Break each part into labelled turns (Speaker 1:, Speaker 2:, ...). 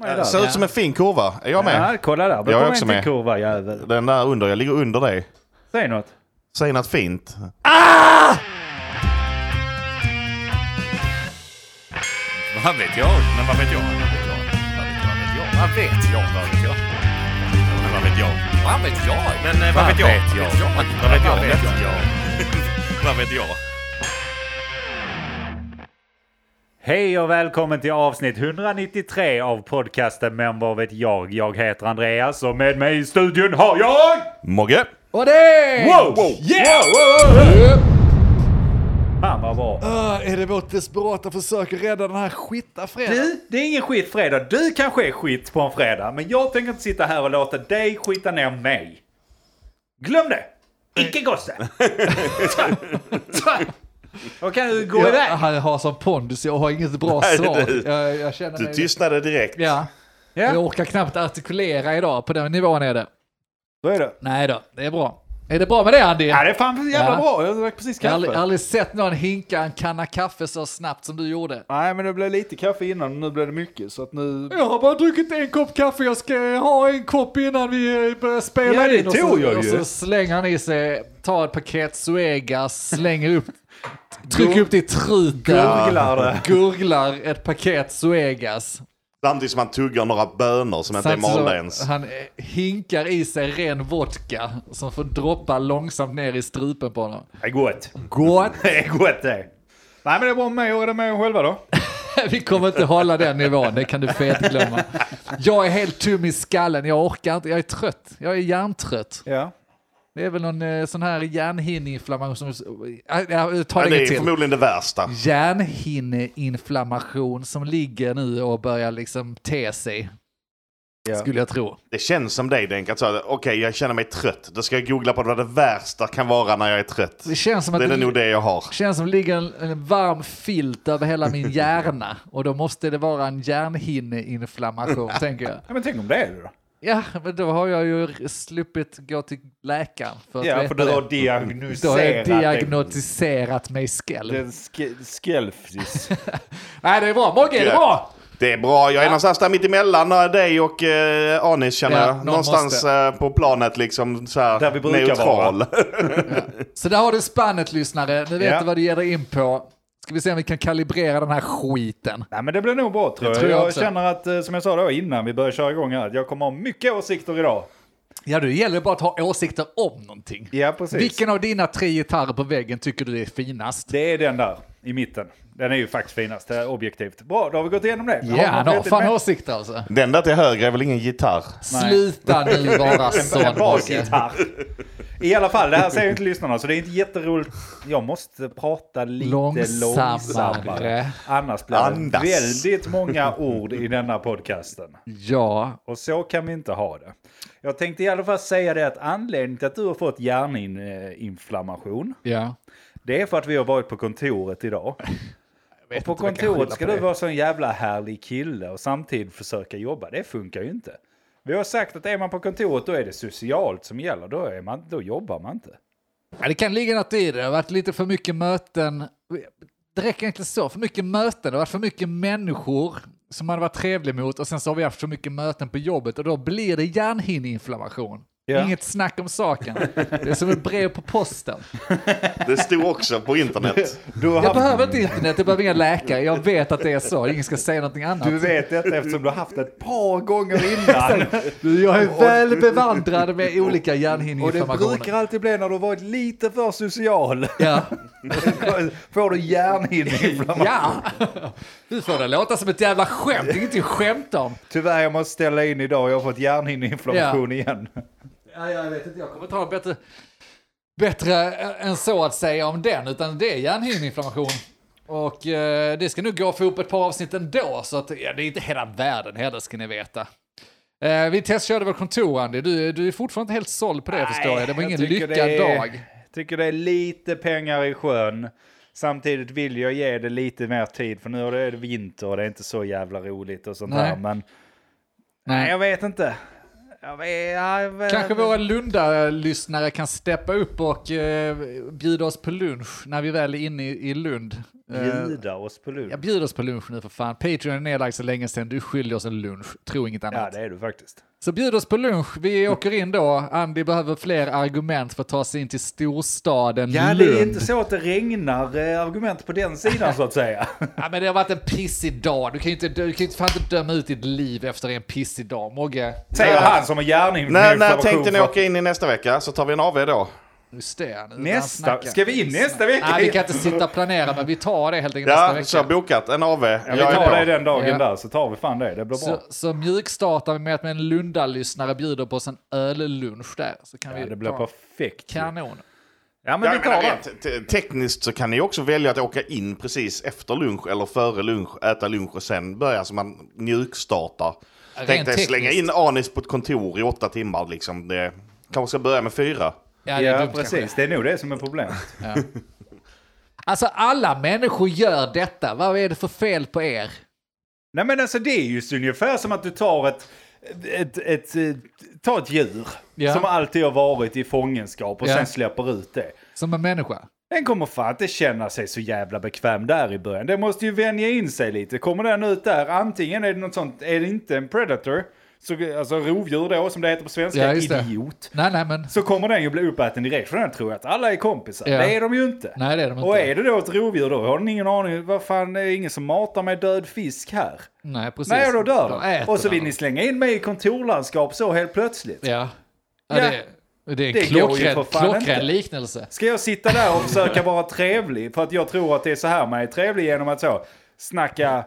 Speaker 1: varje
Speaker 2: Det
Speaker 1: dag.
Speaker 2: ser ut som en fin kurva. Är jag med?
Speaker 1: Ja, kolla där. Då
Speaker 2: Jag är
Speaker 1: kommer
Speaker 2: också
Speaker 1: en till
Speaker 2: med.
Speaker 1: kurva jävel.
Speaker 2: Den där under. Jag ligger under dig.
Speaker 1: Säg något.
Speaker 2: Säg något fint.
Speaker 3: Vad vet jag? Men vad vet jag? Vad vet jag? Vad vet jag? Vad vet jag? Men Vad vet jag? Vad vet jag? Men eh, vad vet jag? Vad vet jag? Vad vet jag? Vad vet jag?
Speaker 1: Hej och välkommen till avsnitt 193 av podcasten Men vad vet jag? Jag heter Andreas och med mig i studion har jag...
Speaker 2: Mogge.
Speaker 4: Och det!
Speaker 1: Wow!
Speaker 4: Yeah!
Speaker 1: Fan vad bra.
Speaker 4: Ah, är det vårt desperata försök att rädda den här skitta fredagen?
Speaker 1: Du, det är ingen skitfredag. Du kanske är skit på en fredag, men jag tänker inte sitta här och låta dig skita ner mig. Glöm det! Icke gosse! Då kan du gå
Speaker 4: Jag,
Speaker 1: iväg.
Speaker 4: han har sån pondus, jag har inget bra
Speaker 2: Nej, du-
Speaker 4: svar. Jag, jag känner
Speaker 2: Du
Speaker 4: mig-
Speaker 2: tystnade direkt.
Speaker 4: Ja.
Speaker 1: Ja.
Speaker 4: Jag orkar knappt artikulera idag, på den nivån är det.
Speaker 1: Då är det.
Speaker 4: Nej då, det är bra. Är det bra med det Andy?
Speaker 1: Ja, det är fan jävla
Speaker 4: Ja.
Speaker 1: bra. Jag drack precis
Speaker 4: jag har
Speaker 1: kaffe.
Speaker 4: aldrig, aldrig sett någon hinka en kanna kaffe så snabbt som du gjorde.
Speaker 1: Nej, men det blev lite kaffe innan och nu blev det mycket. Så att nu...
Speaker 4: Jag har bara druckit en kopp kaffe, jag ska ha en kopp innan vi eh, börjar spela
Speaker 1: Ja, det
Speaker 4: in. Och
Speaker 1: tog
Speaker 4: så,
Speaker 1: jag
Speaker 4: och
Speaker 1: ju.
Speaker 4: så slänger han i sig, tar ett paket Suegas, slänger upp, trycker upp det i truten.
Speaker 1: Gurglar det.
Speaker 4: Gurglar ett paket Suegas.
Speaker 2: Samtidigt som han tuggar några bönor som inte är
Speaker 4: Samtidigt som
Speaker 2: malda ens.
Speaker 4: Han eh, hinkar i sig ren vodka som får droppa långsamt ner i strupen på honom.
Speaker 1: Det är gott.
Speaker 4: Gott!
Speaker 1: Det är gott det. Nej, men det är bra med mig och är det med er själva då?
Speaker 4: Vi kommer inte hålla den nivån, det kan du fetglömma. Jag är helt tom i skallen, jag orkar inte, jag är trött. Jag är hjärntrött.
Speaker 1: Ja.
Speaker 4: Det är väl någon eh, sån här hjärnhinneinflammation som... Äh, äh, ta
Speaker 2: Men
Speaker 4: det
Speaker 2: det
Speaker 4: inget
Speaker 2: är
Speaker 4: till.
Speaker 2: förmodligen det värsta.
Speaker 4: Hjärnhinneinflammation som ligger nu och börjar liksom te sig.
Speaker 1: Ja.
Speaker 4: Skulle jag tro.
Speaker 2: Det känns som dig Denk, att säga, okej jag känner mig trött. Då ska jag googla på vad det värsta kan vara när jag är trött.
Speaker 4: Det känns som att
Speaker 2: Det är det nog det jag har.
Speaker 4: känns som det ligger en, en varm filt över hela min hjärna. Och då måste det vara en hjärnhinneinflammation, tänker jag.
Speaker 1: ja. Men tänk om det är det då?
Speaker 4: Ja, men då har jag ju sluppit gå till läkaren för att
Speaker 1: Ja,
Speaker 4: veta
Speaker 1: för du
Speaker 4: det.
Speaker 1: har
Speaker 4: Då har
Speaker 1: diagnostiserat
Speaker 4: jag
Speaker 1: dig.
Speaker 4: diagnostiserat mig själv.
Speaker 1: Den ske- skelfsis.
Speaker 4: Nej, det är bra. Mogge, det är
Speaker 2: Gött.
Speaker 4: bra!
Speaker 2: Det är bra, jag är någonstans där mitt emellan eh, dig och eh, Anis känner
Speaker 4: Ja,
Speaker 2: jag.
Speaker 4: någon
Speaker 2: någonstans
Speaker 4: måste.
Speaker 2: eh, på planet liksom så här
Speaker 1: Där vi brukar
Speaker 2: neutral.
Speaker 4: Så där har du spannet, lyssnare. Nu vet
Speaker 1: Ja.
Speaker 4: du vad du ger dig in på. Ska vi se om vi kan kalibrera den här skiten.
Speaker 1: Nej men det blir nog bra tror jag.
Speaker 4: tror jag
Speaker 1: jag
Speaker 4: också.
Speaker 1: känner att, eh, som jag sa då innan vi börjar köra igång här, att jag kommer ha mycket åsikter idag.
Speaker 4: Ja, det gäller bara att ha åsikter om någonting.
Speaker 1: Ja precis.
Speaker 4: Vilken av dina tre gitarrer på väggen tycker du är finast?
Speaker 1: Det är den där i mitten. Den är ju faktiskt finast, det är objektivt. Bra, då har vi gått igenom det.
Speaker 4: Ja, han har
Speaker 1: något
Speaker 4: fan
Speaker 1: mer?
Speaker 4: åsikter alltså.
Speaker 2: Den där till höger är väl ingen gitarr?
Speaker 4: Sluta nu vara
Speaker 1: en
Speaker 4: sån, Mogge.
Speaker 1: basgitarr. I alla fall, det här säger ju inte lyssnarna så det är inte jätteroligt. Jag måste prata lite långsammare.
Speaker 4: Långsammare.
Speaker 1: Annars blir det
Speaker 2: Andas.
Speaker 1: väldigt många ord i denna podcasten.
Speaker 4: Ja,
Speaker 1: Och så kan vi inte ha det. Jag tänkte i alla fall säga det att anledningen till att du har fått hjärninflammation,
Speaker 4: ja.
Speaker 1: det är för att vi har varit på kontoret idag. Och på
Speaker 4: inte om jag kan
Speaker 1: kontoret
Speaker 4: skylla
Speaker 1: ska
Speaker 4: på
Speaker 1: du
Speaker 4: det.
Speaker 1: vara en sån jävla härlig kille och samtidigt försöka jobba. Det funkar ju inte. Vi har sagt att är man på kontoret då är det socialt som gäller. Då, är man, då jobbar man inte.
Speaker 4: Ja, det kan ligga något i det. Det har varit lite för mycket möten. Det räcker egentligen så. För mycket möten. Det har varit för mycket människor som man har varit trevlig mot och sen så har vi haft för mycket möten på jobbet och då blir det hjärnhinneinflammation.
Speaker 1: Ja.
Speaker 4: Inget snack om saken. Det är som ett brev på posten.
Speaker 2: Det stod också på internet.
Speaker 1: Du, har
Speaker 4: Jag
Speaker 1: haft,
Speaker 4: behöver inte internet, jag behöver inga läkare. Jag vet att det är så. Ingen ska säga någonting annat.
Speaker 1: du vet detta eftersom du har haft det ett par gånger innan.
Speaker 4: Jag är väl bevandrad med olika
Speaker 1: Och det brukar
Speaker 4: hjärnhinneinflammationer.
Speaker 1: alltid bli när du har varit lite för social.
Speaker 4: Ja.
Speaker 1: Får du hjärnhinneinflammation.
Speaker 4: ja. Du får det låta som ett jävla skämt. Det är ingenting att skämta om.
Speaker 1: Tyvärr, jag måste ställa in idag. Jag har fått hjärnhinneinflammation igen.
Speaker 4: Ja, jag vet inte, jag kommer ta bättre, bättre eh, än så att säga om den, utan det är hjärnhinneinflammation. Och eh, det ska nu gå att få upp ett par avsnitt ändå, så att, ja, det är inte hela världen heller ska ni veta. Eh, vi testkörde vårt kontor Andy, du, du är fortfarande inte helt såld på det förstår jag, det var ingen
Speaker 1: tycker
Speaker 4: lyckad
Speaker 1: det är-
Speaker 4: dag.
Speaker 1: Tycker det är lite pengar i sjön. Samtidigt vill jag ge det lite mer tid för nu är det vinter och det är inte så jävla roligt och sånt
Speaker 4: Nej.
Speaker 1: där. Men
Speaker 4: Nej.
Speaker 1: jag vet inte. Jag vet, jag vet.
Speaker 4: Kanske våra Lunda-lyssnare kan steppa upp och eh, bjuda oss på lunch när vi väl är inne i, i Lund. Eh,
Speaker 1: Bjuda oss på lunch.
Speaker 4: jag bjuder oss på lunch nu för fan. Patreon är nedlagd så länge sedan. Du skyller oss en lunch. Tro inget annat.
Speaker 1: Ja, det är du faktiskt.
Speaker 4: Så bjud oss på lunch. Vi åker in då. Andy behöver fler argument för att ta sig in till storstaden
Speaker 1: Ja,
Speaker 4: Lund.
Speaker 1: det är inte så att det regnar eh, argument på den sidan så att säga.
Speaker 4: Ja, men det har varit en pissig dag. Du kan ju inte, du kan ju fan inte döma ut ditt liv efter en pissig dag, Mogge.
Speaker 1: Säger han som har gärning.
Speaker 2: När, när tänkte ni åka in i nästa vecka? Så tar vi en AV då.
Speaker 4: Just det. nu börjar han
Speaker 1: Nästa,
Speaker 4: snacka.
Speaker 1: ska vi in nästa vecka?
Speaker 4: Nej, vi kan inte sitta och planera, men vi tar det helt enkelt
Speaker 2: Ja, så
Speaker 4: nästa
Speaker 2: jag har
Speaker 4: vecka.
Speaker 2: bokat en AV.
Speaker 1: Ja, vi tar det den dagen
Speaker 4: Ja.
Speaker 1: där så tar vi fan det. Det blir bra.
Speaker 4: Så, så mjukstartar vi med att en Lunda-lyssnare bjuder på oss en öllunch där. Så kan
Speaker 1: Ja,
Speaker 4: vi
Speaker 1: det blir
Speaker 4: ta-
Speaker 1: perfekt.
Speaker 4: Kanon.
Speaker 1: Ja, men
Speaker 2: Ja,
Speaker 1: vi
Speaker 2: jag
Speaker 1: tar
Speaker 2: menar,
Speaker 1: det.
Speaker 2: rent te- tekniskt så kan ni också välja att åka in precis efter lunch eller före lunch, äta lunch och sen börja så man mjukstartar. Tänk dig
Speaker 4: tekniskt.
Speaker 2: slänga in Anis på ett kontor i åtta timmar liksom. Det kanske ska börja med fyra.
Speaker 4: Ja, det är
Speaker 1: Ja,
Speaker 4: dumt kanske.
Speaker 1: precis. Det är nog det som är problemet.
Speaker 4: Alltså alla människor gör detta. Vad är det för fel på er?
Speaker 1: Nej men alltså det är ju så ungefär som att du tar ett, ett, ett, eh, ta ett djur
Speaker 4: Ja.
Speaker 1: som alltid har varit i fångenskap och
Speaker 4: Ja.
Speaker 1: sen släpper ut det.
Speaker 4: Som en människa?
Speaker 1: Den kommer fan inte känna sig så jävla bekväm där i början. Den måste ju vänja in sig lite. Kommer den ut där, antingen är det något sånt, är det inte en predator, så, alltså rovdjur då som det heter på svenska,
Speaker 4: Ja, just det.
Speaker 1: idiot.
Speaker 4: Nej, nej, men...
Speaker 1: Så kommer den ju bli uppäten direkt för den tror jag att alla är kompisar.
Speaker 4: Ja.
Speaker 1: Det är de ju inte.
Speaker 4: Nej, det är de inte.
Speaker 1: Och är det då ett rovdjur då har den ingen aning, vad fan det är ingen som matar med död fisk här?
Speaker 4: Nej, precis.
Speaker 1: Nej, och då dör
Speaker 4: Då
Speaker 1: de.
Speaker 4: äter
Speaker 1: Och så
Speaker 4: de.
Speaker 1: vill ni slänga in mig i kontorlandskap så helt plötsligt.
Speaker 4: Ja. ja,
Speaker 1: Ja.
Speaker 4: Det, det är en
Speaker 1: Det går ju
Speaker 4: klockren,
Speaker 1: för fan inte.
Speaker 4: klockren liknelse.
Speaker 1: Ska jag sitta där och försöka vara trevlig? För att jag tror att det är så här man är trevlig genom att så snacka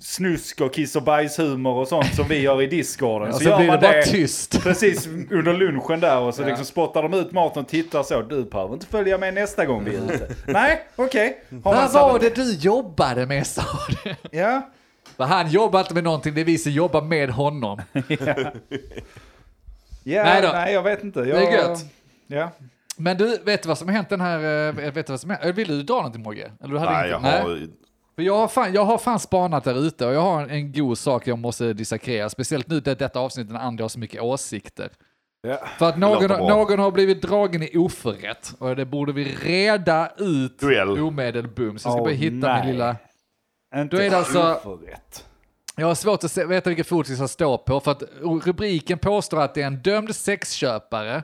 Speaker 1: snusk och kiss och bajshumor och sånt som vi gör i discorden.
Speaker 4: Och så, blir det bara tyst.
Speaker 1: Precis under lunchen där och så
Speaker 4: Ja.
Speaker 1: liksom spottar de ut maten och tittar så. Du behöver inte följa med nästa gång vi är ute. Nej, okej. Har man
Speaker 4: Vad var
Speaker 1: sabbat-
Speaker 4: det du jobbade med, sa du?
Speaker 1: Ja.
Speaker 4: Vad Han jobbar inte med någonting, det är vi som jobbar med honom.
Speaker 1: ja
Speaker 4: Nej då.
Speaker 1: nej, jag vet inte. Jag,
Speaker 4: Det är gött.
Speaker 1: Ja.
Speaker 4: Men du, vet du vad som har hänt den här... eh, Vet du vad som hänt? Eh, Vill du dra någonting Mogge? Eller du hade
Speaker 2: Nej, jag
Speaker 4: ingenting? Nej.
Speaker 2: har...
Speaker 4: För jag, har fan, jag har fan spanat där ute och jag har en, en god sak jag måste dissekera. Speciellt nu det, detta avsnittet när Andy har så mycket åsikter.
Speaker 1: Ja.
Speaker 4: För att någon,
Speaker 2: låter bra.
Speaker 4: någon har blivit dragen i oförrätt och det borde vi reda ut
Speaker 2: Duell.
Speaker 4: omedelbums. Jag ska
Speaker 1: Åh,
Speaker 4: bara hitta
Speaker 1: nej.
Speaker 4: min lilla...
Speaker 1: Inte
Speaker 4: Då är det alltså-
Speaker 1: oförrätt.
Speaker 4: Jag har svårt att se, veta vilken fot vi ska stå på för att rubriken påstår att det är en dömd sexköpare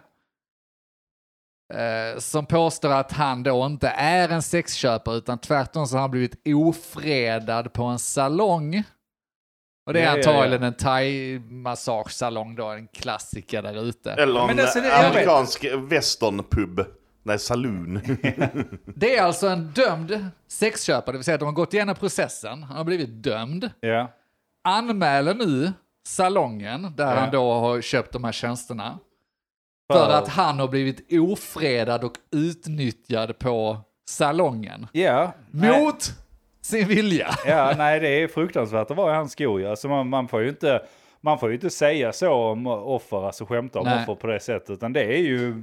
Speaker 4: eh, som påstår att han då inte är en sexköpare utan tvärtom så har han blivit ofredad på en salong. Och det är
Speaker 1: Ja, ja, ja.
Speaker 4: antagligen en thai-massagesalong då, en klassiker där ute.
Speaker 2: Eller
Speaker 1: Men
Speaker 2: en
Speaker 1: alltså, det- jag vet-
Speaker 2: amerikansk westernpub. Nej, saloon.
Speaker 4: Det är alltså en dömd sexköpare, det vill säga att de har gått igenom processen, han har blivit dömd.
Speaker 1: Ja.
Speaker 4: anmäler nu salongen där
Speaker 1: Ja.
Speaker 4: han då har köpt de här tjänsterna. För att han har blivit ofredad och utnyttjad på salongen.
Speaker 1: Ja. Nej.
Speaker 4: Mot sin vilja.
Speaker 1: Ja, nej det är fruktansvärt att vara i hans skor ju. Alltså man, man får ju inte... Man får ju inte säga så om offer, alltså skämta om
Speaker 4: Nej.
Speaker 1: offer på det sättet. Utan det är ju...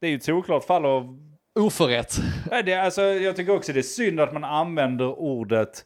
Speaker 1: Det är ju ett solklart fall av...
Speaker 4: Oförrätt.
Speaker 1: Nej, det, alltså, jag tycker också det är synd att man använder ordet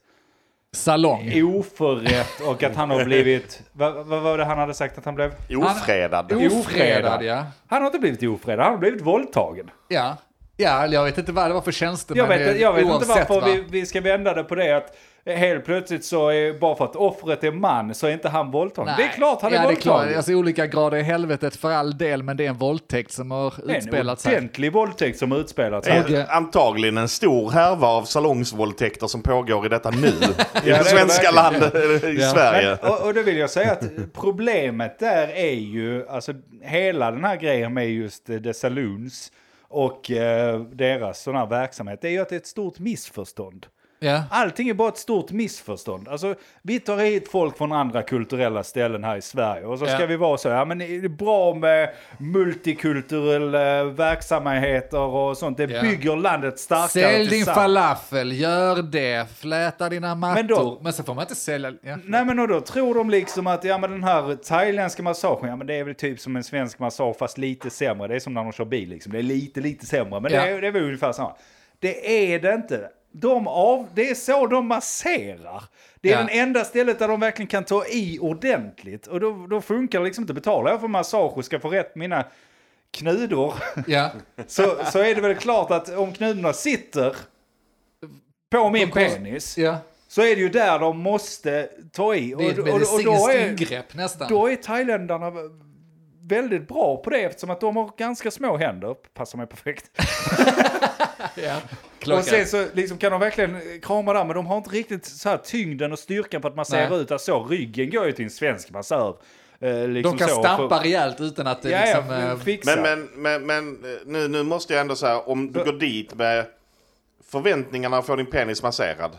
Speaker 4: Salong.
Speaker 1: oförrätt och att han har blivit... Vad vad var det han hade sagt att han blev?
Speaker 2: Ofredad.
Speaker 4: Ofredad, ja.
Speaker 1: Han har inte blivit ofredad, han har blivit våldtagen.
Speaker 4: ja. Ja, jag vet inte vad det var för tjänster,
Speaker 1: Jag
Speaker 4: men
Speaker 1: vet,
Speaker 4: det-
Speaker 1: jag vet inte
Speaker 4: oavsett,
Speaker 1: varför
Speaker 4: va?
Speaker 1: vi, vi ska vända det på det att helt plötsligt så är bara för att offret är man så är inte han våldtagen. Det är
Speaker 4: Nej.
Speaker 1: klart han är
Speaker 4: ja, det är
Speaker 1: våldtagen.
Speaker 4: klart. Alltså olika grader i helvetet för all del, men det är en våldtäkt som har utspelats
Speaker 1: en
Speaker 4: här.
Speaker 1: ordentlig våldtäkt som utspelat sig.
Speaker 2: Eh,
Speaker 4: Okej.
Speaker 2: Antagligen en stor härva av salongsvåldtäkter som pågår i detta nu. I
Speaker 1: det är
Speaker 2: det
Speaker 1: det
Speaker 2: svenska
Speaker 1: verkligen.
Speaker 2: landet, eh, i
Speaker 4: Ja.
Speaker 2: Sverige.
Speaker 1: Men, och, och då vill jag säga att problemet där är ju, alltså hela den här grejen med just eh, The Saloons och eh, deras sån här verksamhet, det är ju att det är ett stort missförstånd.
Speaker 4: Ja.
Speaker 1: Allting är bara ett stort missförstånd. Alltså, vi tar hit folk från andra kulturella ställen här i Sverige och så ska
Speaker 4: Ja.
Speaker 1: vi vara så, ja men det är bra med multikulturella verksamheter och sånt. Det
Speaker 4: Ja.
Speaker 1: bygger landet starkare
Speaker 4: Sälj din
Speaker 1: tillsammans.
Speaker 4: falafel, gör det, fläta dina mattor. Men,
Speaker 1: Men då-
Speaker 4: så får man inte sälja... Ja.
Speaker 1: Typ. Nej men och då tror de liksom att ja men den här thailändska massagen, ja men det är väl typ som en svensk massage fast lite sämre. Det är som när de kör bil liksom, det är lite lite sämre men
Speaker 4: Ja.
Speaker 1: det, är, det är väl ungefär samma. Det är det inte. De av, det är så de masserar. Det är
Speaker 4: Ja.
Speaker 1: den enda stället där de verkligen kan ta i ordentligt. Och då, då funkar det liksom inte. Betalar jag för massage och ska få rätt mina knudor
Speaker 4: Ja.
Speaker 1: så, så är det väl klart att om knudorna sitter på min
Speaker 4: kommer-
Speaker 1: penis
Speaker 4: ja.
Speaker 1: så är det ju där de måste ta i.
Speaker 4: Det är ett
Speaker 1: Och, och, och då,
Speaker 4: medicinskt
Speaker 1: är,
Speaker 4: ingrepp nästan.
Speaker 1: då är thailändarna väldigt bra på det eftersom att de har ganska små händer. Passar mig perfekt.
Speaker 4: ja.
Speaker 1: Och sen så liksom kan de verkligen krama där, men de har inte riktigt så här tyngden och styrkan på att massera
Speaker 4: Nej.
Speaker 1: ut där så. Ryggen går ju till en svensk massör. Eh, liksom
Speaker 4: De kan
Speaker 1: så,
Speaker 4: stampa
Speaker 1: för-
Speaker 4: rejält utan att det
Speaker 1: Ja, ja,
Speaker 4: liksom... eh,
Speaker 1: fixa.
Speaker 2: Men, men, men, men eh, nu, nu måste jag ändå säga, om du går dit med förväntningarna att få din penis masserad,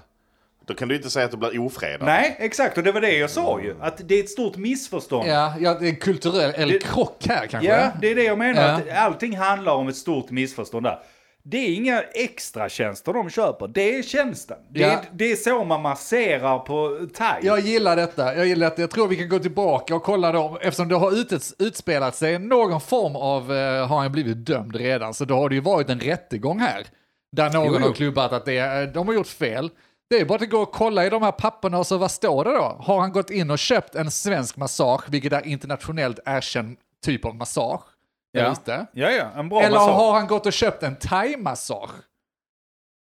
Speaker 2: då kan du inte säga att du blir ofredad.
Speaker 1: Nej, exakt. Och det var det jag sa ju. Att det är ett stort missförstånd.
Speaker 4: ja, ja, det är en kulturell eller krock här kanske.
Speaker 1: Ja, det är det jag menar.
Speaker 4: Ja.
Speaker 1: Att allting handlar om ett stort missförstånd där. Det är inga extra tjänster de köper, det är tjänsten. Det,
Speaker 4: Ja.
Speaker 1: är, det är så man masserar på thai.
Speaker 4: Jag gillar detta. Jag gillar detta. Jag tror vi kan gå tillbaka och kolla då, eftersom det har utets, utspelat sig någon form av, eh, har han blivit dömd redan, så då har det ju varit en rättegång här. Där någon
Speaker 1: Jo, jo.
Speaker 4: har klubbat att det, är- de har gjort fel. Det är bara att gå och kolla i de här papperna och så vad står det då? Har han gått in och köpt en svensk massage, vilket är internationellt erkänd typ av massage?
Speaker 1: Ja.
Speaker 4: Ja. Inte?
Speaker 1: ja, ja, en bra
Speaker 4: Eller
Speaker 1: massör.
Speaker 4: har han gått och köpt en thai-massage?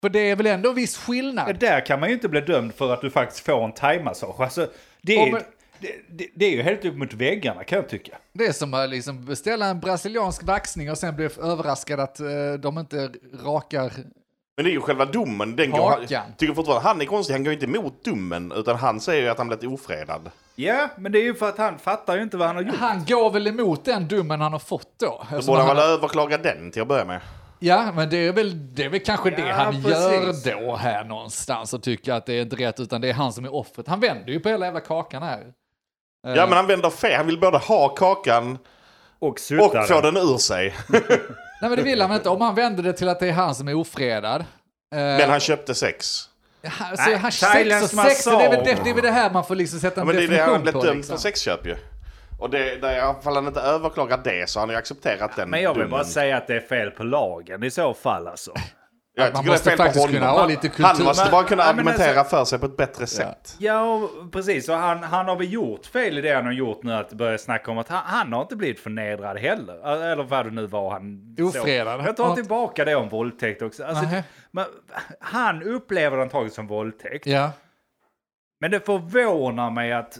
Speaker 4: För det är väl ändå viss skillnad?
Speaker 1: Där kan man ju inte bli dömd för att du faktiskt får en thai-massage. Alltså, det,
Speaker 4: Ja,
Speaker 1: är,
Speaker 4: men-
Speaker 1: det, det, det är ju helt upp mot väggarna kan jag tycka.
Speaker 4: Det är som att liksom beställa en brasiliansk vaxning och sen bli överraskad att eh, de inte rakar...
Speaker 2: Men det är ju själva domen. Den går,
Speaker 4: Hakan.
Speaker 2: jag tycker fortfarande han är konstig, han går inte emot domen, utan han säger ju att han blivit ofredad.
Speaker 1: Ja, men det är ju för att han fattar ju inte vad han har gjort.
Speaker 4: Han går väl emot den domen han har fått då?
Speaker 2: Då
Speaker 4: eftersom
Speaker 2: borde han
Speaker 4: han-
Speaker 2: väl överklaga den till att börja med.
Speaker 4: Ja, men det är väl, det är väl kanske det
Speaker 1: Ja,
Speaker 4: han
Speaker 1: precis.
Speaker 4: gör då här någonstans och tycker att det är inte rätt utan det är han som är offret. Han vänder ju på hela jävla kakan här.
Speaker 1: Eh.
Speaker 2: Ja, men han vänder fel. Han vill både ha kakan
Speaker 1: Och
Speaker 2: och få
Speaker 1: suttar.
Speaker 2: den ur sig.
Speaker 1: Eh.
Speaker 4: Nej men det vill han väl inte. Om han vänder det till att det är han som är ofredad. eh,
Speaker 2: Men han köpte sex.
Speaker 4: han,
Speaker 1: Nej,
Speaker 4: så han, sex och
Speaker 1: Thailands
Speaker 4: sex, det är, väl det,
Speaker 1: massage.
Speaker 4: det är väl det här man får liksom sätta
Speaker 2: Ja,
Speaker 4: en
Speaker 2: men det är det han har
Speaker 4: definition på.
Speaker 2: blivit dömd
Speaker 4: liksom.
Speaker 2: för sexköp ju. Och det, det, ifall han inte överklagar det så har han ju accepterat den
Speaker 1: Men jag vill
Speaker 2: domen.
Speaker 1: bara säga att det är fel på lagen i så fall alltså.
Speaker 2: Jag
Speaker 4: Man
Speaker 2: tycker det är
Speaker 4: måste
Speaker 2: fel på
Speaker 4: faktiskt
Speaker 2: honom.
Speaker 4: kunna ha lite kultur.
Speaker 2: Han måste
Speaker 1: Men-
Speaker 2: bara kunna
Speaker 1: Ja, men alltså-
Speaker 2: argumentera för sig på ett bättre sätt.
Speaker 1: Ja, och precis. Och han, han har väl gjort fel i det han har gjort nu att börja snacka om att han, han har inte blivit förnedrad heller. Eller vad det nu var han... såg.
Speaker 4: Ofredad.
Speaker 1: Jag tar tillbaka det om våldtäkt också. Alltså,
Speaker 4: Nähä.
Speaker 1: men, han upplever det antagligen som våldtäkt.
Speaker 4: Ja.
Speaker 1: Men det förvånar mig att...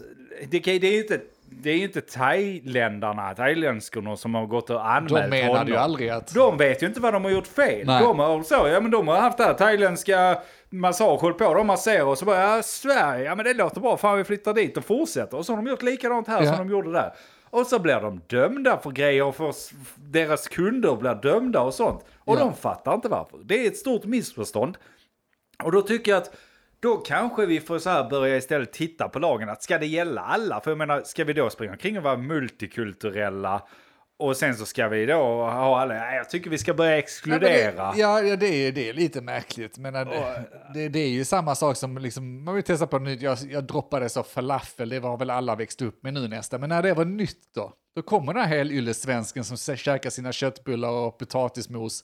Speaker 1: Det, kan- det är ju inte... Det är ju inte thailändarna, thailändskorna som har gått och anmält
Speaker 4: De menade
Speaker 1: honom.
Speaker 4: ju aldrig att...
Speaker 1: De vet ju inte vad de har gjort fel.
Speaker 4: Nej.
Speaker 1: De har, så, ja, men de har haft det här thailändska massage, hållit på, de masserar och så bara, ja, Sverige, ja men det låter bra, fan vi flyttar dit och fortsätter. Och så har de gjort likadant här
Speaker 4: Ja.
Speaker 1: som de gjorde där. Och så blir de dömda för grejer, och för s- deras kunder blir dömda och sånt. Och
Speaker 4: Ja.
Speaker 1: de fattar inte varför. Det är ett stort missförstånd. Och då tycker jag att då kanske vi får så här börja istället titta på lagen. Att ska det gälla alla? För jag menar, ska vi då springa omkring och vara multikulturella? Och sen så ska vi då ha alla. Nej, Jag tycker vi ska börja exkludera.
Speaker 4: Ja, men det, ja, ja, det, är, det är lite märkligt. Men det, det, det är ju samma sak som, liksom, man vill testa på nytt. Jag, jag droppade så falafel, det var väl alla växt upp med nu nästa. Men när det var nytt då, då kommer den här helyllesvensken som sä- käkar sina köttbullar och potatismos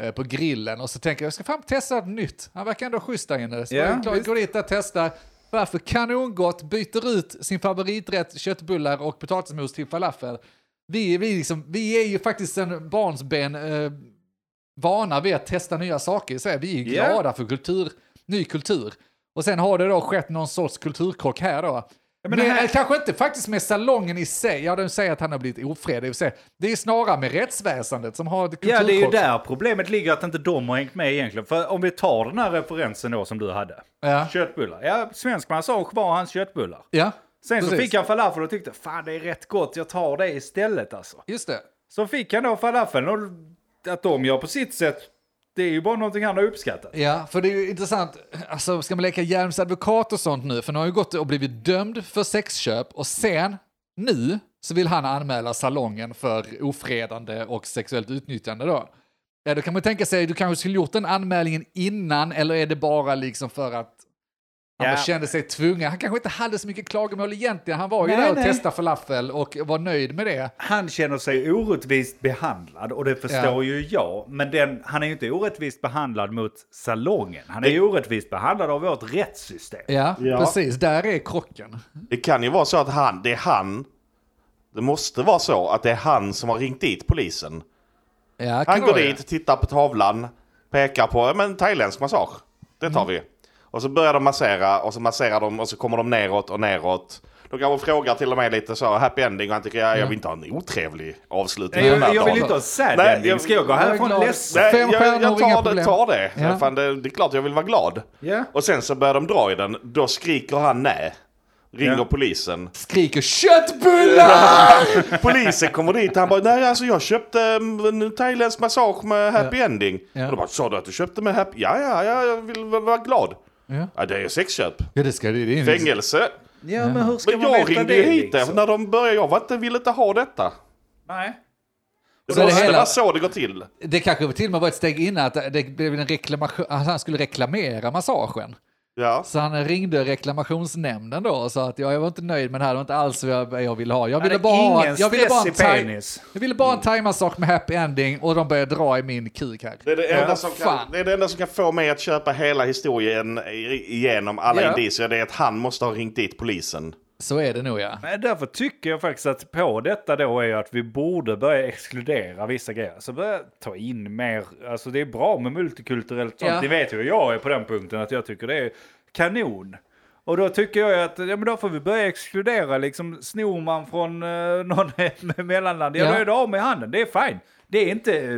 Speaker 4: eh, på grillen och så tänker jag, jag ska fan testa något nytt. Han verkar ändå schysst där inne. Så
Speaker 1: Ja,
Speaker 4: jag är klar,
Speaker 1: visst.
Speaker 4: går dit och testar. Varför kanongott byter ut sin favoriträtt köttbullar och potatismos till falafel. Vi, vi, liksom, vi är ju faktiskt en barnsben eh, vana vid att testa nya saker i Sverige. Vi är ju
Speaker 1: Ja.
Speaker 4: glada för kultur, ny kultur. Och sen har det då skett någon sorts kulturkrock här då.
Speaker 1: men
Speaker 4: men eh,
Speaker 1: det här-
Speaker 4: Kanske inte faktiskt med salongen i sig, ja de säger att han har blivit ofred, det vill säga, det är snarare med rättsväsendet som har ett
Speaker 1: Ja,
Speaker 4: kulturkrock.
Speaker 1: det är ju där problemet ligger, att inte de har hängt med egentligen. För om vi tar den här referensen då som du hade.
Speaker 4: Ja.
Speaker 1: Köttbullar. Ja, svensk massage var hans köttbullar.
Speaker 4: Ja,
Speaker 1: Sen så
Speaker 4: precis.
Speaker 1: fick han falafel och tyckte, fan det är rätt gott, jag tar det istället alltså.
Speaker 4: Just det.
Speaker 1: Så fick han då falafeln och att de gör på sitt sätt, det är ju bara någonting han har uppskattat.
Speaker 4: Ja, för det är ju intressant. Alltså, ska man leka Hjelms advokat och sånt nu? För nu har ju gått och blivit dömd för sexköp och sen, nu, så vill han anmäla salongen för ofredande och sexuellt utnyttjande då. Ja, då kan man ju tänka sig, du kanske skulle gjort den anmälningen innan eller är det bara liksom för att Han
Speaker 1: Ja.
Speaker 4: bara kände sig tvungen. Han kanske inte hade så mycket klagomål egentligen. Han var ju
Speaker 1: Nej,
Speaker 4: där och
Speaker 1: nej.
Speaker 4: testade falafel och var nöjd med det.
Speaker 1: Han känner sig orättvist behandlad och det förstår ju jag. Men den, han är ju inte orättvist behandlad mot salongen. Han är ju orättvist behandlad av vårt rättssystem.
Speaker 4: Ja,
Speaker 2: Ja.
Speaker 4: precis. Där är krocken.
Speaker 2: Det kan ju vara så att han, det är han. Det måste vara så att det är han som har ringt dit polisen.
Speaker 4: Ja, kan
Speaker 2: Han
Speaker 4: det
Speaker 2: går
Speaker 4: vara det.
Speaker 2: dit, tittar på tavlan, pekar på ja, men, thailändsk massage. Det tar vi. Och så börjar de massera och så masserar de och så kommer de neråt och neråt. De kanske frågar till och med lite så, happy ending och han tycker ja, jag vill inte ha en otrevlig avslutning.
Speaker 1: Nej,
Speaker 2: på den här
Speaker 1: Jag, jag vill
Speaker 2: dagen.
Speaker 1: inte ha sad
Speaker 2: Nej,
Speaker 1: ending.
Speaker 2: jag-
Speaker 1: Ska jag gå
Speaker 4: jag är
Speaker 1: härifrån
Speaker 4: glad.
Speaker 1: ledsen?
Speaker 2: Nej,
Speaker 4: Fem
Speaker 2: jag,
Speaker 4: stjärnor,
Speaker 2: jag
Speaker 4: inga
Speaker 2: tar det,
Speaker 4: problem.
Speaker 2: tar det.
Speaker 4: Ja.
Speaker 2: Fan, det. Det är klart jag vill vara glad.
Speaker 1: Ja.
Speaker 2: Och sen så börjar de dra i den. Då skriker han nej. Ringer
Speaker 1: Ja.
Speaker 2: polisen.
Speaker 4: Skriker köttbullar!
Speaker 2: Polisen kommer dit han bara nej alltså jag köpte mm, en thailändsk massage med happy ending.
Speaker 4: Ja.
Speaker 2: Och de bara sa du att du köpte med happy? Ja ja ja jag vill v- vara glad.
Speaker 4: Ja. Mm.
Speaker 2: Ja, det är sexköp.
Speaker 4: Ja, det ska det. det är ju-
Speaker 2: Fängelse.
Speaker 1: Ja, men hur ska
Speaker 2: Men
Speaker 1: man
Speaker 2: jag
Speaker 1: veta
Speaker 2: ringde
Speaker 1: det?
Speaker 2: ju hit det
Speaker 1: liksom?
Speaker 2: när de började. Jag var inte, ville inte ha detta.
Speaker 1: Nej.
Speaker 2: Det
Speaker 4: Så det
Speaker 2: måste
Speaker 4: hela-
Speaker 2: vara så det går till.
Speaker 4: Det kanske till och med var ett steg innan att det blev en reklamation, att han skulle reklamera massagen.
Speaker 2: Ja.
Speaker 4: Så han ringde reklamationsnämnden då och sa att jag, jag var inte nöjd med det här, det var inte alls vad jag, jag ville ha. Jag ville
Speaker 1: hade
Speaker 4: bara ha,
Speaker 1: ingen
Speaker 4: jag ville bara ha en
Speaker 1: stress i
Speaker 4: thai-
Speaker 1: penis.
Speaker 4: Jag ville bara ha en thaimassage med happy ending och de började dra i min kuk här.
Speaker 2: Det är det, enda
Speaker 4: Ja,
Speaker 2: som
Speaker 4: fan.
Speaker 2: kan, det är det enda som kan få mig att köpa hela historien i- igenom alla
Speaker 4: Ja.
Speaker 2: indicier. Det är att han måste ha ringt dit polisen.
Speaker 4: Så är det nog ja.
Speaker 1: Men därför tycker jag faktiskt att på detta då är ju att vi borde börja exkludera vissa grejer. Så börja ta in mer, alltså det är bra med multikulturellt sånt.
Speaker 4: Ja.
Speaker 1: Ni vet ju hur jag är på den punkten, att jag tycker det är kanon. Och då tycker jag ju att, ja men då får vi börja exkludera liksom, snor man från eh, någon med mellanland, ja,
Speaker 4: Ja.
Speaker 1: då är det av med handen, det är fine. Det är inte eh,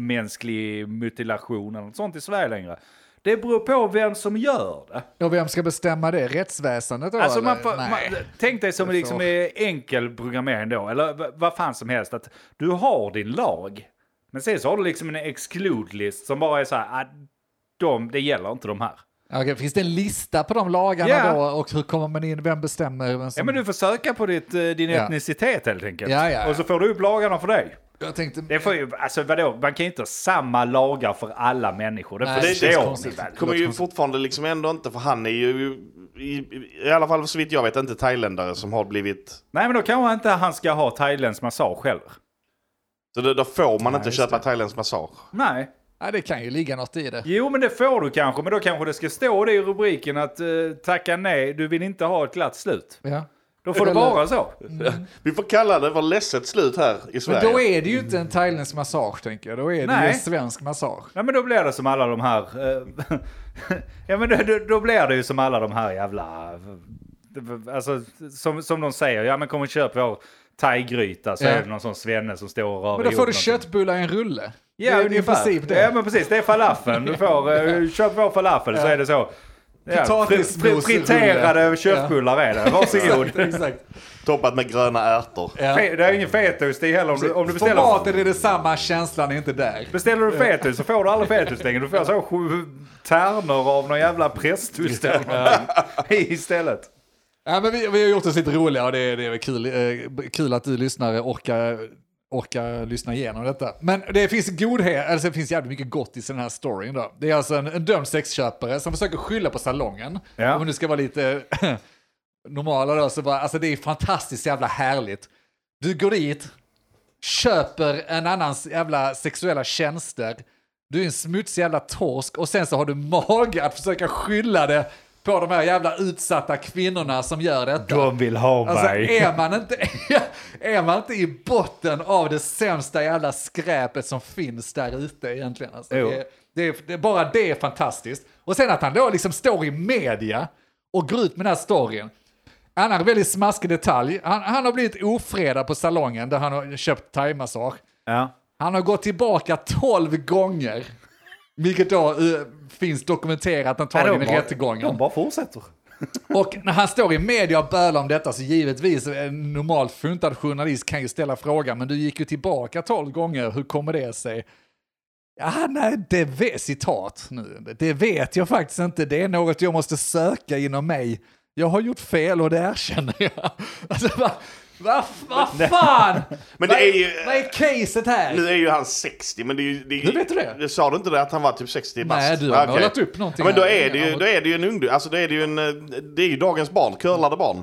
Speaker 1: mänsklig mutilation eller något sånt i Sverige längre. Det beror på vem som gör det.
Speaker 4: Och vem ska bestämma det? Rättsväsendet då?
Speaker 1: Alltså
Speaker 4: eller?
Speaker 1: man får, man,
Speaker 4: Nej.
Speaker 1: tänk dig som
Speaker 4: Det
Speaker 1: liksom är enkel programmering då, eller v- vad fan som helst, att du har din lag, men sen så har du liksom en exclude-list som bara är så här, att de, det gäller inte de här.
Speaker 4: Okej, finns det en lista på de lagarna
Speaker 1: Ja.
Speaker 4: då? Och hur kommer man in? Vem bestämmer? Vem som...
Speaker 1: Ja men du får söka på ditt, eh, din
Speaker 4: Ja.
Speaker 1: etnicitet helt enkelt.
Speaker 4: Ja, ja, ja.
Speaker 1: Och så får du upp lagarna för dig.
Speaker 4: Jag tänkte...
Speaker 1: Det får ju, alltså vadå, man kan ju inte ha samma lagar för alla människor. Det
Speaker 4: Nej, det känns
Speaker 1: förstår ni
Speaker 4: konstigt.
Speaker 1: väl?
Speaker 2: Kommer ju fortfarande liksom ändå inte, för han är ju i, i, i alla fall så vitt jag vet inte thailändare som har blivit...
Speaker 1: Nej men då kanske inte han ska ha thailändsk massage heller.
Speaker 2: Så då, då får man inte köpa thailändsk massage.
Speaker 1: Nej.
Speaker 4: Ja, det kan ju ligga något i det.
Speaker 1: Jo, men det får du kanske. Men då kanske det ska stå det i rubriken att eh, tacka nej, du vill inte ha ett glatt slut.
Speaker 4: Ja.
Speaker 1: Då får det
Speaker 4: Eller-
Speaker 1: vara så.
Speaker 2: Vi får kalla det för ledset slut här i
Speaker 4: Men
Speaker 2: Sverige.
Speaker 4: då är det ju inte en thailändsk massage, tänker jag. Då är det ju
Speaker 1: Nej.
Speaker 4: en svensk massage.
Speaker 1: Nej, men då blir det som alla de här... eh, ja, men då, då, då blir det ju som alla de här jävla... Alltså, som, som de säger, ja men kom och köp vår thaigryta så
Speaker 4: Ja.
Speaker 1: är det någon sån svenne som står och rör
Speaker 4: Men då
Speaker 1: ihop
Speaker 4: får
Speaker 1: någonting.
Speaker 4: du köttbullar i en rulle.
Speaker 1: Ja,
Speaker 4: det är i
Speaker 1: ungefär.
Speaker 4: princip det.
Speaker 1: Ja, men precis. Det är falafeln. Du får, eh, köp vår falafel så är det så. Ja,
Speaker 4: Potatismos i rulle.
Speaker 1: fri- friterade köttbullar är det. Varsågod.
Speaker 4: Exakt.
Speaker 2: Toppat med gröna ärtor.
Speaker 4: Ja.
Speaker 1: Fe- Det är ingen fetaost i heller om du, om du beställer.
Speaker 4: Formatet är detsamma, känslan är inte där.
Speaker 1: Beställer du fetus så får du aldrig fetus längre. Du får så sju tärnor av någon jävla prästust eller någonting istället.
Speaker 4: Ja, men vi, vi har gjort oss lite roliga och det, är- det är väl kul, eh, kul att du lyssnare orkar, orkar lyssna igenom detta. Men det finns godhet, alltså det finns jävligt mycket gott i den här storyn då. Det är alltså en, en dömd sexköpare som försöker skylla på salongen.
Speaker 1: Ja.
Speaker 4: Om du ska vara lite normala då, så bara, alltså det är fantastiskt jävla härligt. Du går dit, köper en annans jävla sexuella tjänster. Du är en smutsig jävla torsk och sen så har du mage att försöka skylla det på de här jävla utsatta kvinnorna som gör detta.
Speaker 1: De vill ha
Speaker 4: Alltså
Speaker 1: mig.
Speaker 4: är man, inte, är man inte i botten av det sämsta jävla skräpet som finns där ute egentligen? Alltså,
Speaker 1: Jo.
Speaker 4: det, är- det, är- det, är- bara det är fantastiskt. Och sen att han då liksom står i media och går ut med den här storyn. Annan väldigt smaskig detalj. Han, han har blivit ofredad på salongen där han har köpt thaimassage.
Speaker 1: Ja.
Speaker 4: Han har gått tillbaka tolv gånger. Vilket då eh, finns dokumenterat antagligen i rättegången.
Speaker 1: de bara fortsätter.
Speaker 4: Och när han står i media och bölar om detta så givetvis eh, en normalt funtad journalist kan ju ställa frågan men du gick ju tillbaka tolv gånger, hur kommer det sig? Ja, nej, det vet, citat nu, det vet jag faktiskt inte, det är något jag måste söka inom mig. Jag har gjort fel och det erkänner jag. Alltså, va? Vad va fan!
Speaker 2: Men det
Speaker 4: vad,
Speaker 2: är ju-
Speaker 4: vad är caset här?
Speaker 2: Nu är ju han 60, men det är ju... Det,
Speaker 4: Nu vet du det.
Speaker 2: Sa du inte det att han var typ 60 bast?
Speaker 4: Nej, du har
Speaker 2: okej.
Speaker 4: målat upp
Speaker 2: Ja,
Speaker 4: någonting
Speaker 2: men då
Speaker 4: här.
Speaker 2: är, det ju, då är det ju en ungdom, alltså då är det ju en... eh, Det är ju dagens barn, curlade barn.